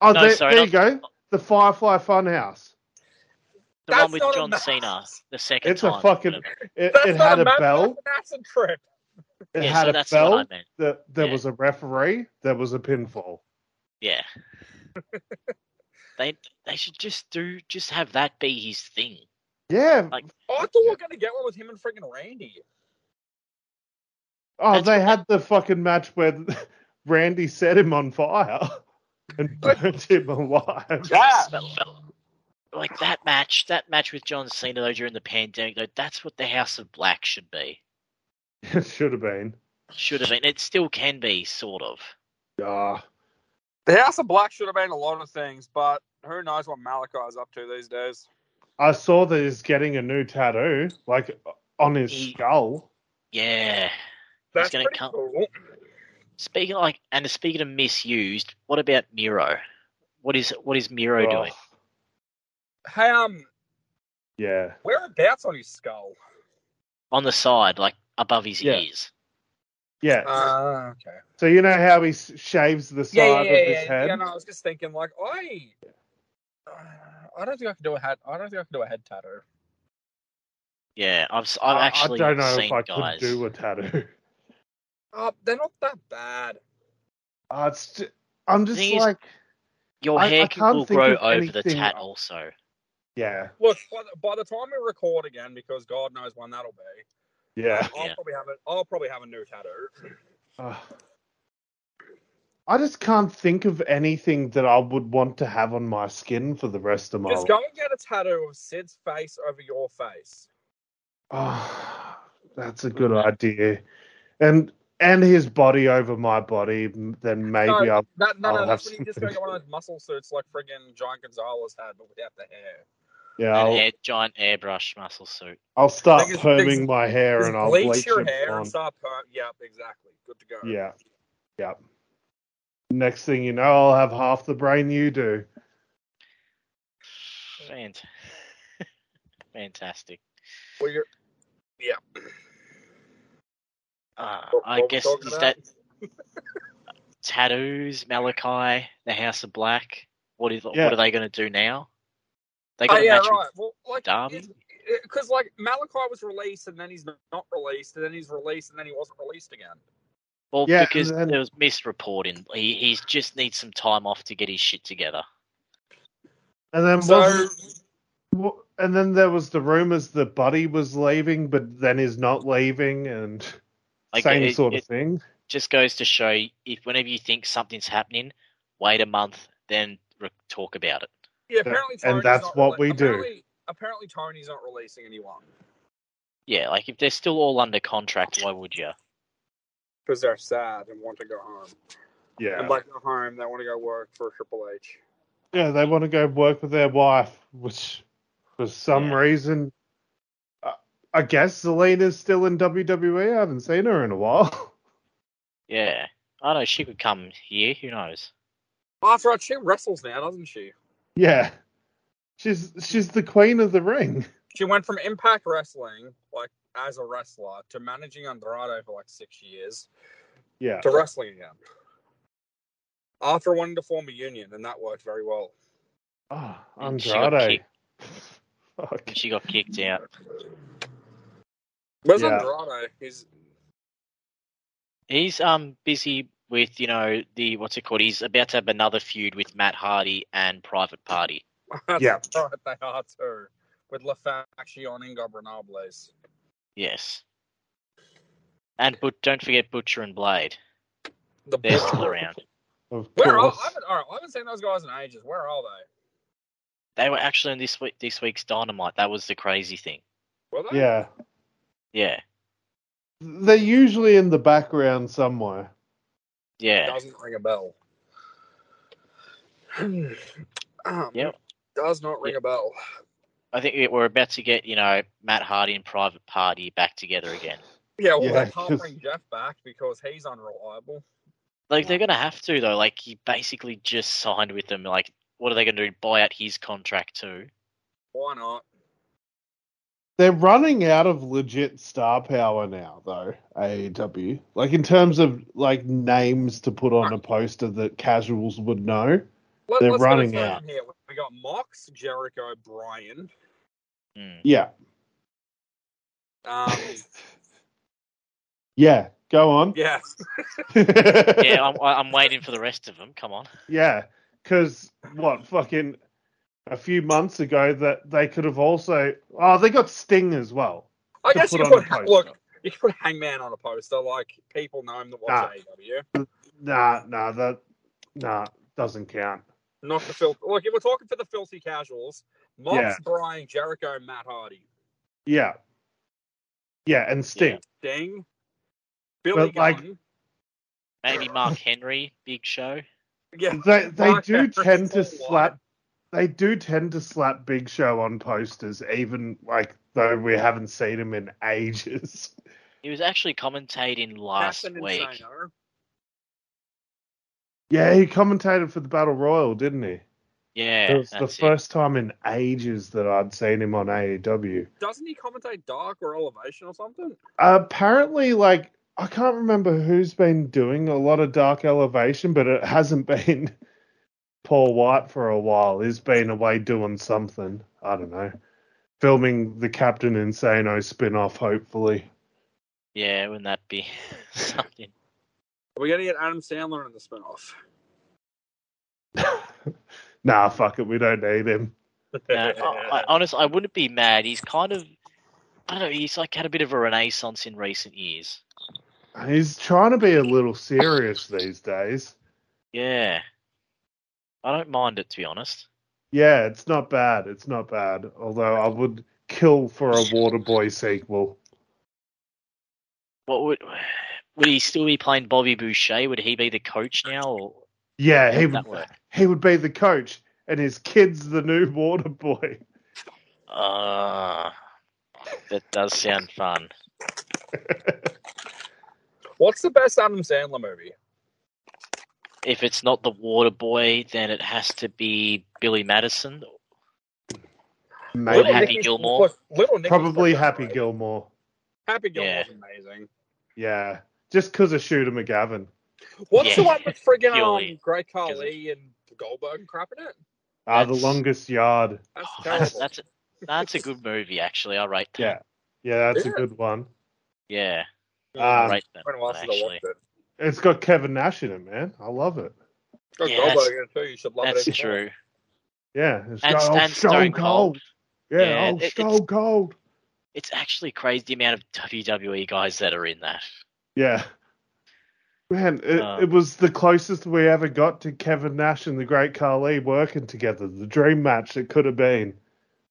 C: oh,
D: No,
C: there,
D: sorry,
C: there you
D: not-
C: go. The Firefly Funhouse.
D: The
E: That's
D: one with
E: not a
D: John
E: match.
D: Cena, the second
C: It's a
D: time.
C: fucking-
D: whatever.
C: It,
E: That's
C: it
E: not
C: had a
E: match,
C: bell.
E: That's an acid trip.
C: It
D: yeah,
C: had
D: so
C: a
D: that's
C: bell.
D: what I meant.
C: The, there
D: Yeah.
C: was a referee. There was a pinfall.
D: Yeah. they they should just do just have that be his thing.
C: Yeah.
D: Like,
E: Oh, I thought we were gonna get one with him and friggin' Randy.
C: oh,
D: that's
C: they
D: what-
C: had the fucking match where Randy set him on fire and burnt him alive.
F: Yeah.
D: But- but, like that match, that match with John Cena though during the pandemic though, that's what the House of Black should be.
C: It should have been.
D: Should have been. It still can be, sort of.
C: Ah,
E: The House of Black should have been a lot of things, but who knows what Malachi's up to these days?
C: I saw that he's getting a new tattoo, like on his
D: He-
C: skull.
D: Yeah.
E: That's
D: gonna
E: pretty
D: come-
E: cool.
D: Speaking of, like and speaking of misused, what about Miro? What is what is Miro
C: Oh,
D: doing?
E: Hey, um,
C: Yeah.
E: whereabouts on his skull?
D: On the side, like above his
C: Yeah.
D: ears.
C: Yeah.
E: Uh, okay.
C: so you know how he s- shaves the side
E: Yeah, yeah,
C: of
E: yeah.
C: his
E: yeah.
C: head?
E: yeah no, I was just thinking, like, I, uh, I don't think I can do a head. I don't think I can do a head tattoo.
D: Yeah, I've s- I've
C: I-
D: actually
C: I don't know
D: seen
C: if I could
D: guys.
C: do a tattoo.
E: Uh, they're not that bad.
C: Uh, it's ju- I'm just
D: Thing is-
C: like,
D: Your
C: I- I
D: hair can
C: can't
D: will
C: think
D: grow
C: of
D: over the
C: anything-
D: tat also.
C: yeah,
E: Look, by the, by the time we record again, because God knows when that'll be,
C: yeah.
E: I'll
D: Yeah.
E: probably have a, I'll probably have a new tattoo.
C: Ugh. I just can't think of anything that I would want to have on my skin for the rest of my
E: Just
C: life.
E: go and get a tattoo of Sid's face over your face.
C: Oh, that's a good idea. And and his body over my body, m- then maybe
E: No,
C: I'll.
E: That, no,
C: I'll
E: no, that's
C: have
E: when you just go
C: something.
E: get one of those muscle suits like friggin' John Gonzalez had, but without the hair.
C: Yeah,
D: An
C: I'll,
D: air, giant airbrush muscle suit.
C: I'll start
E: Thing is- thing
C: perming
E: is-
C: my hair
E: Just
C: and I'll
E: bleach,
C: bleach
E: your
C: it
E: hair and
C: blonde.
E: stop. Uh, yep, exactly. Good to go.
C: Yeah, yeah. Next thing you know, I'll have half the brain you do.
D: Fant- Fantastic.
E: Well, you're,
D: Uh,
E: what-
D: I
E: what we're
D: guess
E: talking
D: is
E: about?
D: that tattoos, Malachi, the House of Black. What is
C: Yeah.
D: what are they going to do now? They
E: Oh
D: got to
E: yeah,
D: match with-
E: right. Well, like,
D: Darby?
E: because like Malachi was released and then he's not released and then he's released and then he wasn't released again.
D: Well,
C: Yeah,
D: because
C: and then-
D: there was misreporting. He he's just needs some time off to get his shit together.
C: And then
E: So
C: wasn't- Well, and then there was the rumors that Buddy was leaving, but then is not leaving, and
D: Like,
C: same
D: it-
C: sort
D: it-
C: of thing.
D: Just goes to show if whenever you think something's happening, wait a month, then re- talk about it.
E: yeah, apparently
C: and
E: Tony's
C: that's
E: not
C: what we do.
E: apparently- Apparently, Tony's not releasing anyone
D: Yeah, like if they're still all under contract, why would you?
E: because they're sad and want to go home.
C: Yeah,
E: And like go home, they want to go work for Triple H.
C: yeah, they want to go work with their wife, which for some
D: Yeah.
C: reason, I, I guess Selena's still in WWE. I haven't seen her in a while.
D: Yeah, I know she could come here. Who knows?
E: Oh, that's right. She wrestles now, doesn't she?
C: yeah, she's she's the queen of the ring.
E: She went from Impact Wrestling, like as a wrestler, to managing Andrade for like six years
C: Yeah,
E: to wrestling again. Arthur wanted to form a union, and that worked very well.
C: oh,
D: And she got
C: Andrade.
D: And
C: Fuck.
D: She got kicked out.
E: Where's
C: Yeah.
E: Andrade? He's
D: He's um busy with you know the what's it called? He's about to have another feud with Matt Hardy and Private Party.
E: that's
C: Yeah.
E: right, they are too. with LaFaction and Gobernables.
D: Yes. And but don't forget Butcher and Blade.
E: The
D: They're still around.
C: Of
E: Where are, I,
C: course.
E: haven't, all right, I haven't seen those guys in ages. Where are they?
D: They were actually in this week this week's Dynamite. That was the crazy thing.
E: Were they?
C: Yeah.
D: Yeah.
C: They're usually in the background somewhere.
D: Yeah.
E: Doesn't ring a bell. um,
D: Yep.
E: Does not ring a bell.
D: I think we- we're about to get, you know, Matt Hardy and Private Party back together again.
E: Yeah, well,
C: Yeah,
E: they can't
C: 'cause-
E: bring Jeff back because he's unreliable.
D: Like they're gonna have to though. Like he basically just signed with them. Like what are they gonna do? Buy out his contract too?
E: Why not?
C: They're running out of legit star power now, though. AEW, like in terms of like names to put on a poster that casuals would know.
E: Let,
C: They're
E: let's go
C: running
E: through
C: out.
E: them Here. We got Mox, Jericho, Bryan.
D: Hmm.
C: Yeah,
E: Um,
C: yeah. Go on.
E: yeah,
D: Yeah, I'm, I- I'm waiting for the rest of them. Come on.
C: Yeah, because what fucking a few months ago that they could have also oh they got Sting as well.
E: I
C: to
E: guess
C: put
E: you
C: on a
E: put
C: poster.
E: look. You can put Hangman on a poster, like people know him that watch E
C: Nah.
E: AEW.
C: Nah, nah, that nah doesn't count.
E: Not the filth. Look, if we're talking for the filthy casuals, Mox,
C: Yeah.
E: Bryan, Jericho, Matt Hardy,
C: Yeah, yeah, and Sting.
E: Ding, Billy
C: But, like-
E: Gunn.
D: Maybe Mark Henry, Big Show.
E: yeah,
C: They they
E: Mark
C: do
E: Henry,
C: tend to
E: Paul White.
C: slap. They do tend to slap Big Show on posters, even like though we haven't seen him in ages.
D: He was actually commentating last
E: Captain
D: week.
E: Insano.
C: Yeah, he commentated for the Battle Royal, didn't he?
D: Yeah,
C: it was the
D: that's it.
C: first time in ages that I'd seen him on E AEW.
E: Doesn't he commentate Dark or Elevation or something?
C: apparently like i can't remember who's been doing a lot of dark elevation but it hasn't been paul white for a while he's been away doing something i don't know filming the captain insano spin-off hopefully
D: Yeah, wouldn't that be something?
E: Are we going to get Adam Sandler in the spinoff?
C: nah fuck it we don't need him
D: No,
E: Uh,
D: I, I, honest, I wouldn't be mad. He's kind of, I don't know. He's like had a bit of a renaissance in recent years.
C: he's trying to be a little serious these days
D: Yeah, I don't mind it to be honest.
C: yeah it's not bad it's not bad although i would kill for a waterboy sequel
D: What would would he still be playing Bobby Boucher? Would he be the coach now? Or
C: yeah he
D: would
C: would
D: that work?
C: he would be the coach and his kid's the new water boy.
D: Uh, that does sound fun.
E: What's the best Adam Sandler movie?
D: If it's not the Water Boy, then it has to be Billy Madison.
C: Maybe.
D: Happy Gilmore?
E: look, Little Nicky
C: Probably Happy Gilmore.
E: Happy Gilmore's amazing.
C: Yeah. Just because of Shooter McGavin.
E: What's the
D: Yeah.
E: one with friggin' um,
D: Purely.
E: Great Khali and Goldberg and crap in it?
C: Ah, the
D: That's-
C: longest yard.
E: That's
D: Oh,
E: terrible.
D: that's that's a, that's a good movie actually. I rate that.
C: Yeah. Yeah, that's a
E: Yeah.
C: good one.
D: Yeah, I
C: Um,
D: rate that.
E: When
D: one,
E: last did I watch
D: actually,
E: it? It's
C: it's got Kevin Nash in it, man. I love it.
E: got
D: Yeah,
E: Goldberg
D: that's-
E: in it too. You should love it.
D: that's
E: even more.
D: true.
C: Yeah. It's
D: And-
C: got old
D: and
C: Stone,
D: Stone
C: Cold.
D: Cold.
C: Yeah,
D: Yeah,
C: old
D: it- it's-
C: Stone Cold.
D: It's actually crazy the amount of WWE guys that are in that.
C: Yeah. Man, it,
D: Um,
C: it was the closest we ever got to Kevin Nash and the great Carly working together. The dream match it could have been.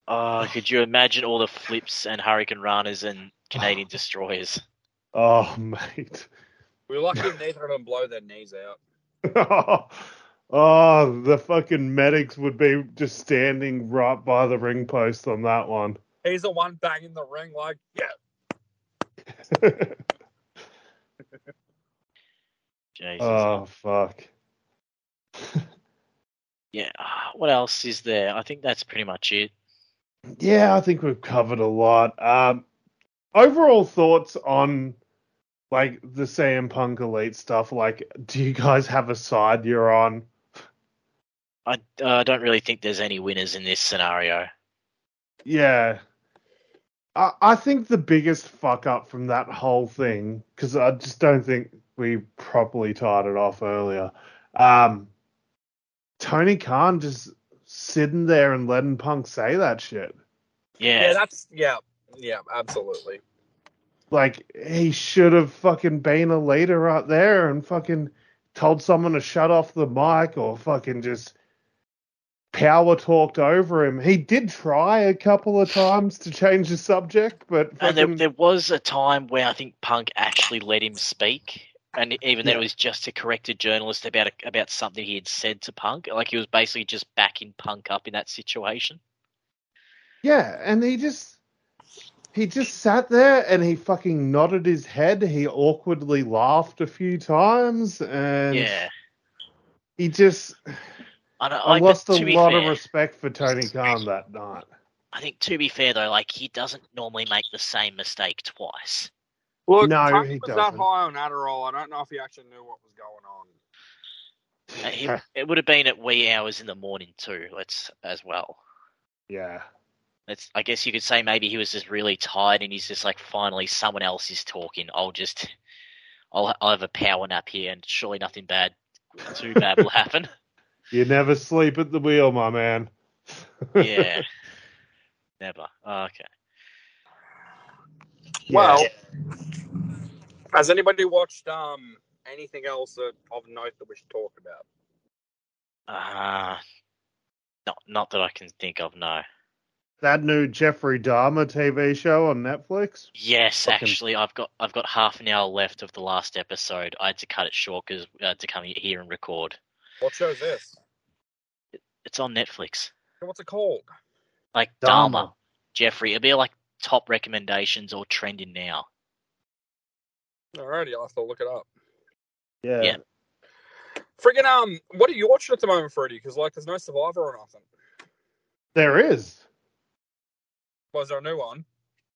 D: Oh, could you imagine all the flips and Hurricane Ranas and Canadian destroyers?
C: Oh, mate.
E: We're lucky neither of them blow their knees out.
C: oh, oh, the fucking medics would be just standing right by the ring post on that one.
E: He's the one banging the ring like, yeah.
D: Jesus.
C: oh, fuck.
D: yeah. ah, What else is there? I think that's pretty much it.
C: Yeah, I think we've covered a lot. Um, overall thoughts on like the CM Punk Elite stuff. Like, do you guys have a side you're on?
D: I uh, don't really think there's any winners in this scenario.
C: Yeah. I, I think the biggest fuck up from that whole thing, because I just don't think we properly tied it off earlier. Um, Tony Khan just sitting there and letting Punk say that shit.
D: Yeah.
E: Yeah, that's yeah, yeah, absolutely.
C: Like he should have fucking been a leader right there and fucking told someone to shut off the mic or fucking just power talked over him. He did try a couple of times to change the subject, but
D: and there,
C: fucking,
D: there was a time where I think Punk actually let him speak, and even then it
C: Yeah.
D: was just to correct a journalist about a, about something he had said to Punk. Like he was basically just backing Punk up in that situation.
C: yeah, and he just he just sat there and he fucking nodded his head. He awkwardly laughed a few times and
D: yeah,
C: he just
D: I, don't,
C: I
D: like,
C: lost a
D: to be
C: lot
D: fair,
C: of respect for Tony Khan that night.
D: I think to be fair though, like he doesn't normally make the same mistake twice.
E: Look,
C: No,
E: Punk
C: he
E: was that
C: doesn't.
E: high on Adderall. I don't know if he actually knew what was going on.
D: Uh, he- it would have been at wee hours in the morning too. Let's as well.
C: yeah.
D: It's, I guess you could say maybe he was just really tired and he's just like, finally, someone else is talking. I'll just, I'll, I'll have a power nap here and surely nothing bad, too bad will happen.
C: You never sleep at the wheel, my man.
D: Yeah. Never. Oh, Okay.
E: Well, has anybody watched um anything else that, of note that we should talk about?
D: Uh, not, not that I can think of, no.
C: that new Jeffrey Dahmer TV show on Netflix.
D: Yes,
C: Fucking-
D: actually, I've got I've got half an hour left of the last episode. I had to cut it short because I had to come here and record.
E: What show is this?
D: It's on Netflix.
E: What's it called?
D: Like Dharma, Jeffrey. It'll be like top recommendations or trending now.
E: Alrighty, I'll have to look it up.
C: Yeah.
D: Yeah.
E: Friggin' um, what are you watching at the moment, Freddy? Because like, there's no Survivor or nothing.
C: There is.
E: Was there a new one?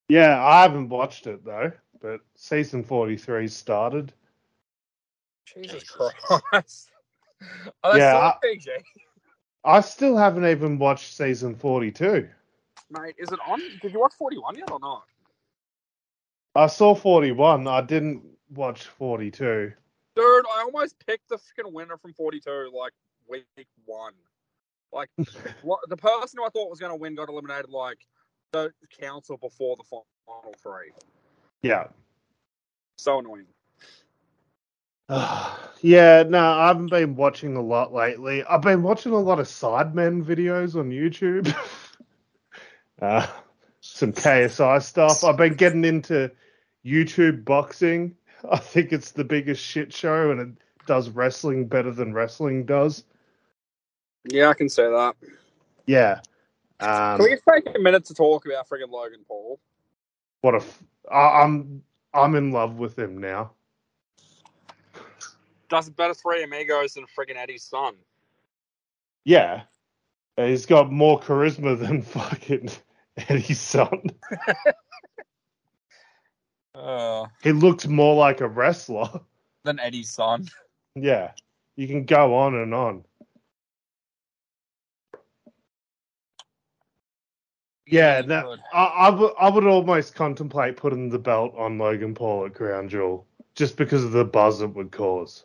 C: Yeah, I haven't watched it though, but season 43 started.
E: Jesus,
D: Jesus.
E: Christ! Are they
C: Yeah,
E: still
C: I-
E: PG?
C: I still haven't even watched season 42.
E: Mate, is it on? Did you watch 41 yet or not?
C: I saw 41, I didn't watch 42.
E: Dude, I almost picked the freaking winner from 42 like week one. Like, what, the person who I thought was going to win got eliminated like the council before the final three.
C: Yeah.
E: So annoying.
C: yeah, no, I haven't been watching a lot lately. I've been watching a lot of Sidemen videos on YouTube. uh, some KSI stuff. I've been getting into YouTube boxing. I think it's the biggest shit show and it does wrestling better than wrestling does.
E: Yeah, I can say that.
C: Yeah. Um,
E: Can we just take a minute to talk about friggin' Logan Paul?
C: what a f- I, I'm I'm in love with him now.
E: Does better three amigos than friggin' Eddie's son.
C: Yeah. He's got more charisma than fucking Eddie Son.
E: Uh,
C: He looked more like a wrestler.
E: than Eddie's son.
C: Yeah. You can go on and on. Yeah, that- I, I, w- I would almost contemplate putting the belt on Logan Paul at Crown Jewel just because of the buzz it would cause.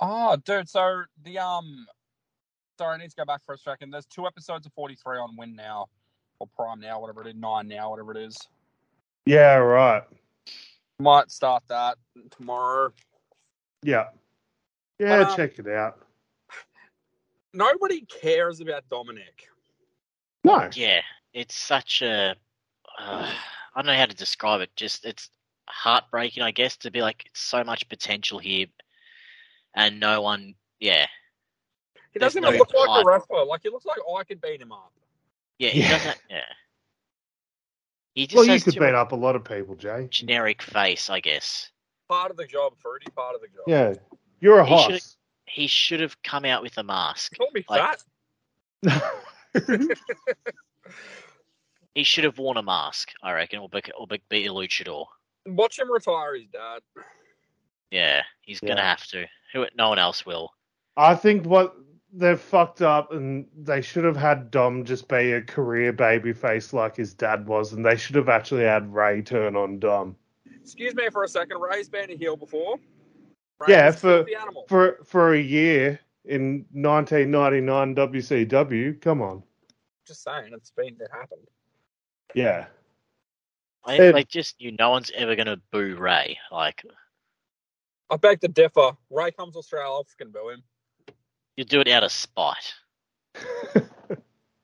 E: Oh, dude. So the um, sorry, I need to go back for a second. There's two episodes of 43 on Win now, or Prime now, whatever it is, Nine now, whatever it is.
C: Yeah, right.
E: Might start that tomorrow.
C: Yeah. Yeah,
E: um,
C: check it out.
E: Nobody cares about Dominic.
C: No.
D: Yeah, it's such a. Uh, I don't know how to describe it. Just it's heartbreaking, I guess, to be like so much potential here, and no one. Yeah,
E: He
D: There's
E: doesn't
D: no
E: even look like
D: pride.
E: a wrestler. Like he looks like I could beat him up.
D: yeah, he
C: Yeah.
D: doesn't. Yeah, he just
C: Well, you
D: has
C: could
D: too
C: beat
D: much
C: up a lot of people, Jay.
D: generic face, I guess.
E: Part of the job, Fruity. Part of the job.
C: Yeah. You're a
D: He should-
C: horse.
D: He should have come out with a mask.
E: Call me
D: Like-
E: fat.
D: He should have worn a mask, I reckon, or be, or be, be a luchador.
E: Watch him retire his dad.
D: Yeah, he's gonna
C: Yeah.
D: have to. Who? No one else will.
C: I think what they've fucked up and they should have had Dom just be a career babyface like his dad was, and they should have actually had Ray turn on Dom.
E: Excuse me for a second. Ray's been a heel before.
C: Yeah,
E: was
C: for-
E: the animal.
C: For for a year in 1999 WCW, come on.
E: Just saying, it's been it happened.
C: Yeah.
D: I,
C: It-
D: like, just you, no one's ever gonna boo Ray. Like,
E: I beg to differ. Ray comes to Australia, I'll fucking boo him.
D: you do it out of spite.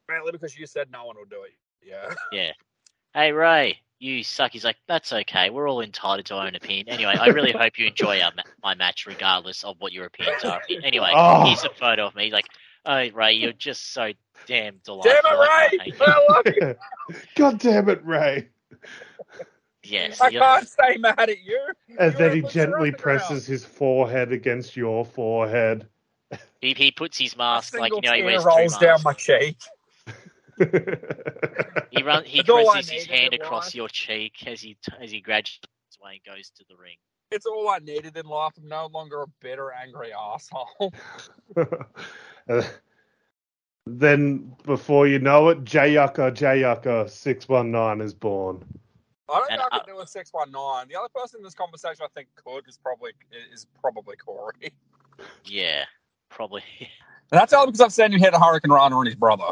E: Mainly because you said no one will do it. Yeah.
D: Hey, Ray, you suck. He's like, that's okay. We're all entitled to our own opinion. Anyway, I really hope you enjoy our, ma- my match, regardless of what your opinions are. Anyway,
C: Oh.
D: here's a photo of me. He's Like, oh, Ray, you're just so damn delightful.
E: Damn
D: I
E: it, Ray!
D: hate you."
E: I love you.
C: God damn it, Ray.
D: Yes,
E: I
D: you're-
E: can't stay mad at you.
C: And
E: You
C: then
E: were
C: he
E: pushed
C: gently
E: around the ground.
C: presses his forehead against your forehead.
D: he, he puts his mask like you
E: Single
D: know he
E: tear
D: wears two
E: rolls
D: masks.
E: down my cheek.
D: He runs. He
E: That's all I
D: presses his
E: needed
D: hand
E: in
D: across
E: life.
D: your cheek as he as he graduates away and goes to the ring.
E: It's all I needed in life. I'm no longer a bitter, angry asshole.
C: Uh, then, before you know it, Jayaka Jayaka 619 is born.
E: I don't
D: And
E: think I
D: I-
E: could do a six one nine. The other person in this conversation I think could is probably is probably Corey. And
D: Yeah, probably.
E: that's only because I've seen him hit a hurricane rana on his brother.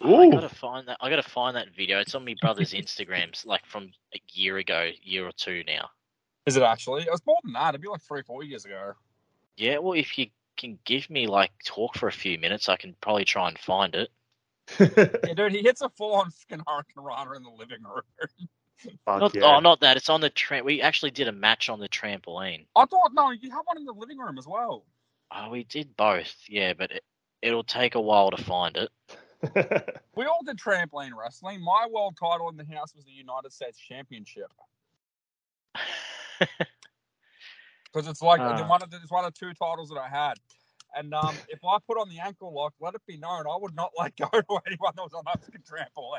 D: Oh, I
C: Ooh.
D: gotta find that. I gotta find that video. It's on my brother's Instagrams, like from a year ago, year or two now.
E: Is it actually? It was more than that. It'd be like three, four years ago.
D: Yeah, well, if you can give me like talk for a few minutes, I can probably try and find it.
C: Fuck
E: Yeah, dude, he hits a full on fucking hurricane rana in the living room.
D: Not,
C: yeah.
D: Oh, not that. It's on the tram. We actually did a match on the trampoline.
E: I thought no, you have one in the living room as well.
D: Oh, we did both. Yeah, but it, it'll take a while to find it.
E: We all did trampoline wrestling. My world title in the house was the United States Championship. because it's like the
D: Ah.
E: one of the, it's one of two titles that I had. And um, if I put on the ankle lock, let it be known I would not let go to anyone that was on that fucking trampoline.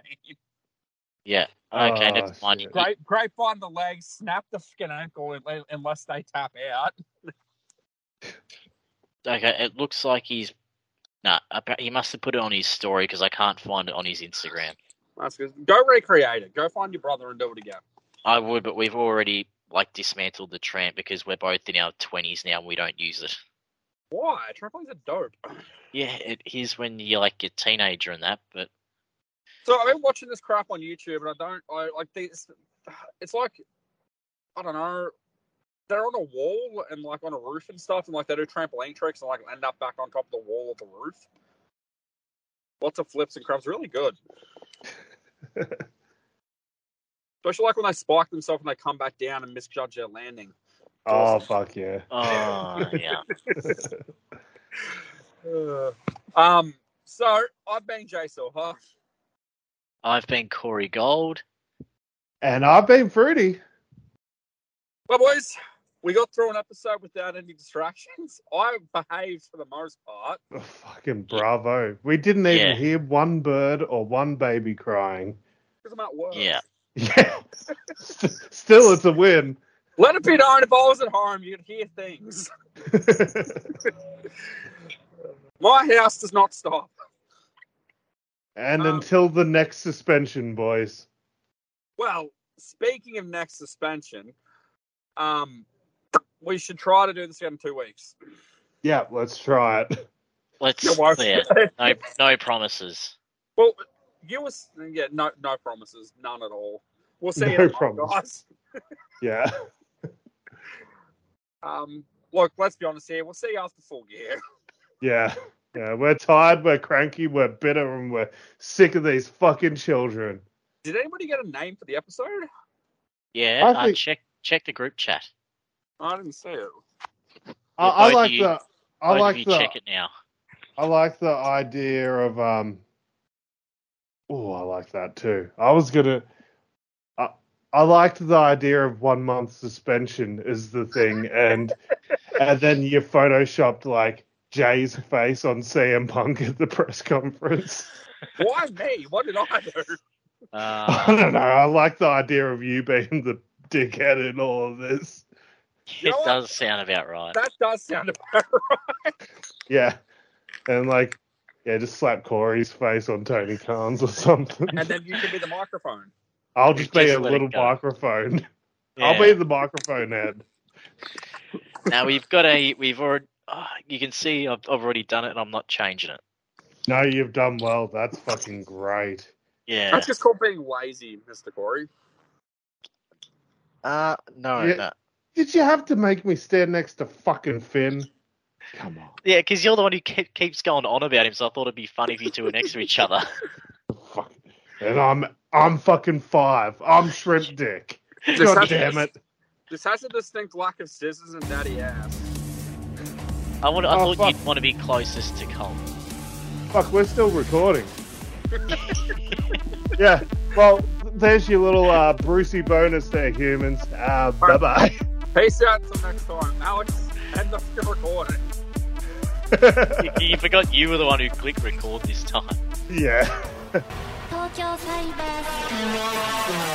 D: Yeah. Okay,
C: Oh,
D: never mind.
C: shit.
E: Grape, grapevine the legs, snap the fucking ankle un- unless they tap out.
D: Okay, it looks like he's. Nah, appa- he must have put it on his story because I can't find it on his Instagram.
E: That's good. Go recreate it. Go find your brother and do it again.
D: I would, but we've already like dismantled the tramp because we're both in our twenties now and we don't use it.
E: Why? Trampolines are dope.
D: Yeah, it is when you're like a teenager and that, but
E: So I've been watching this crap on YouTube, and I don't I like these. It's like I don't know. They're on a wall and like on a roof and stuff, and like they do trampoline tricks and like end up back on top of the wall of the roof. Lots of flips and crabs, really good. Especially like when they spike themselves and they come back down and misjudge their landing.
C: oh, fuck yeah.
D: oh yeah,
E: um. So I've been Jay Silver.
D: I've been Corey Gold.
C: And I've been fruity.
E: Well, boys, we got through an episode without any distractions. I behaved for the most part.
C: Oh, fucking bravo. We didn't even
D: Yeah.
C: hear one bird or one baby crying.
E: Because I'm at work.
D: Yeah.
C: Yeah. S- Still, it's a win.
E: Let it be known if I was at home, you'd hear things. My house does not stop.
C: and
E: Um,
C: until the next suspension, boys.
E: Well, speaking of next suspension, um, we should try to do this again in two weeks.
C: Yeah, let's try it.
D: Let's
E: Your wife.
D: yeah, no no promises.
E: well, you was yeah, no, no promises, none at all. We'll see. you
C: No
E: in a month,
C: promise.
E: guys.
C: Yeah.
E: Um, look, let's be honest here. We'll see you after full gear.
C: Yeah. Yeah. We're tired, we're cranky, we're bitter, and we're sick of these fucking children.
E: Did anybody get a name for the episode?
D: Yeah,
C: I
D: uh,
C: think-
D: check check the group chat.
E: I didn't see it.
C: I,
D: Well,
C: I
D: both of
C: like
D: you-
C: the. I
D: Both
C: like
D: of you
C: the.
D: check it now.
C: I like the idea of um. Oh, I like that too. I was gonna. I I liked the idea of one month suspension is the thing, and and then you photoshopped like Jay's face on CM Punk at the press conference.
E: Why me? What did I do?
D: Uh,
C: I don't know. I like the idea of you being the dickhead in all of this.
E: You
D: it
E: know what?
D: does sound about right.
E: That does sound about right.
C: Yeah, and like yeah, just slap Corey's face on Tony Khan's or something.
E: And then you can be the microphone.
C: I'll just be
D: Just
C: a
D: let it
C: little
D: go.
C: microphone. I'll
D: Yeah.
C: be the microphone head.
D: now we've got a we've already ah, you can see I've, I've already done it and I'm not changing it.
C: No, you've done well. That's fucking great.
D: Yeah.
E: That's just called being lazy, Mr. Corey.
D: Uh, no,
C: Yeah.
D: no.
C: Did you have to make me stand next to fucking Finn? Come on.
D: Yeah, because you're the one who ke- keeps going on about him, so I thought it'd be funny if you two were next to each other.
C: Fuck. And I'm I'm fucking five. I'm shrimp dick.
E: Just
C: God
E: have-
C: damn it.
E: This has a distinct lack of scissors and daddy ass.
D: I, want, I
C: Oh,
D: thought
C: fuck.
D: you'd want to be closest to Cole.
C: Fuck, we're still recording. yeah. Well, there's your little uh, Brucey bonus there, humans. Uh, bye bye.
E: Peace out until next time. Alex, end the fucking recording.
D: You, you forgot you were the one who clicked record this time.
C: yeah.
G: 東京サイバース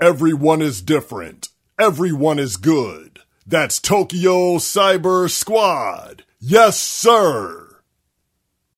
B: Everyone is different. Everyone is good. That's Tokyo Cyber Squad. Yes, sir.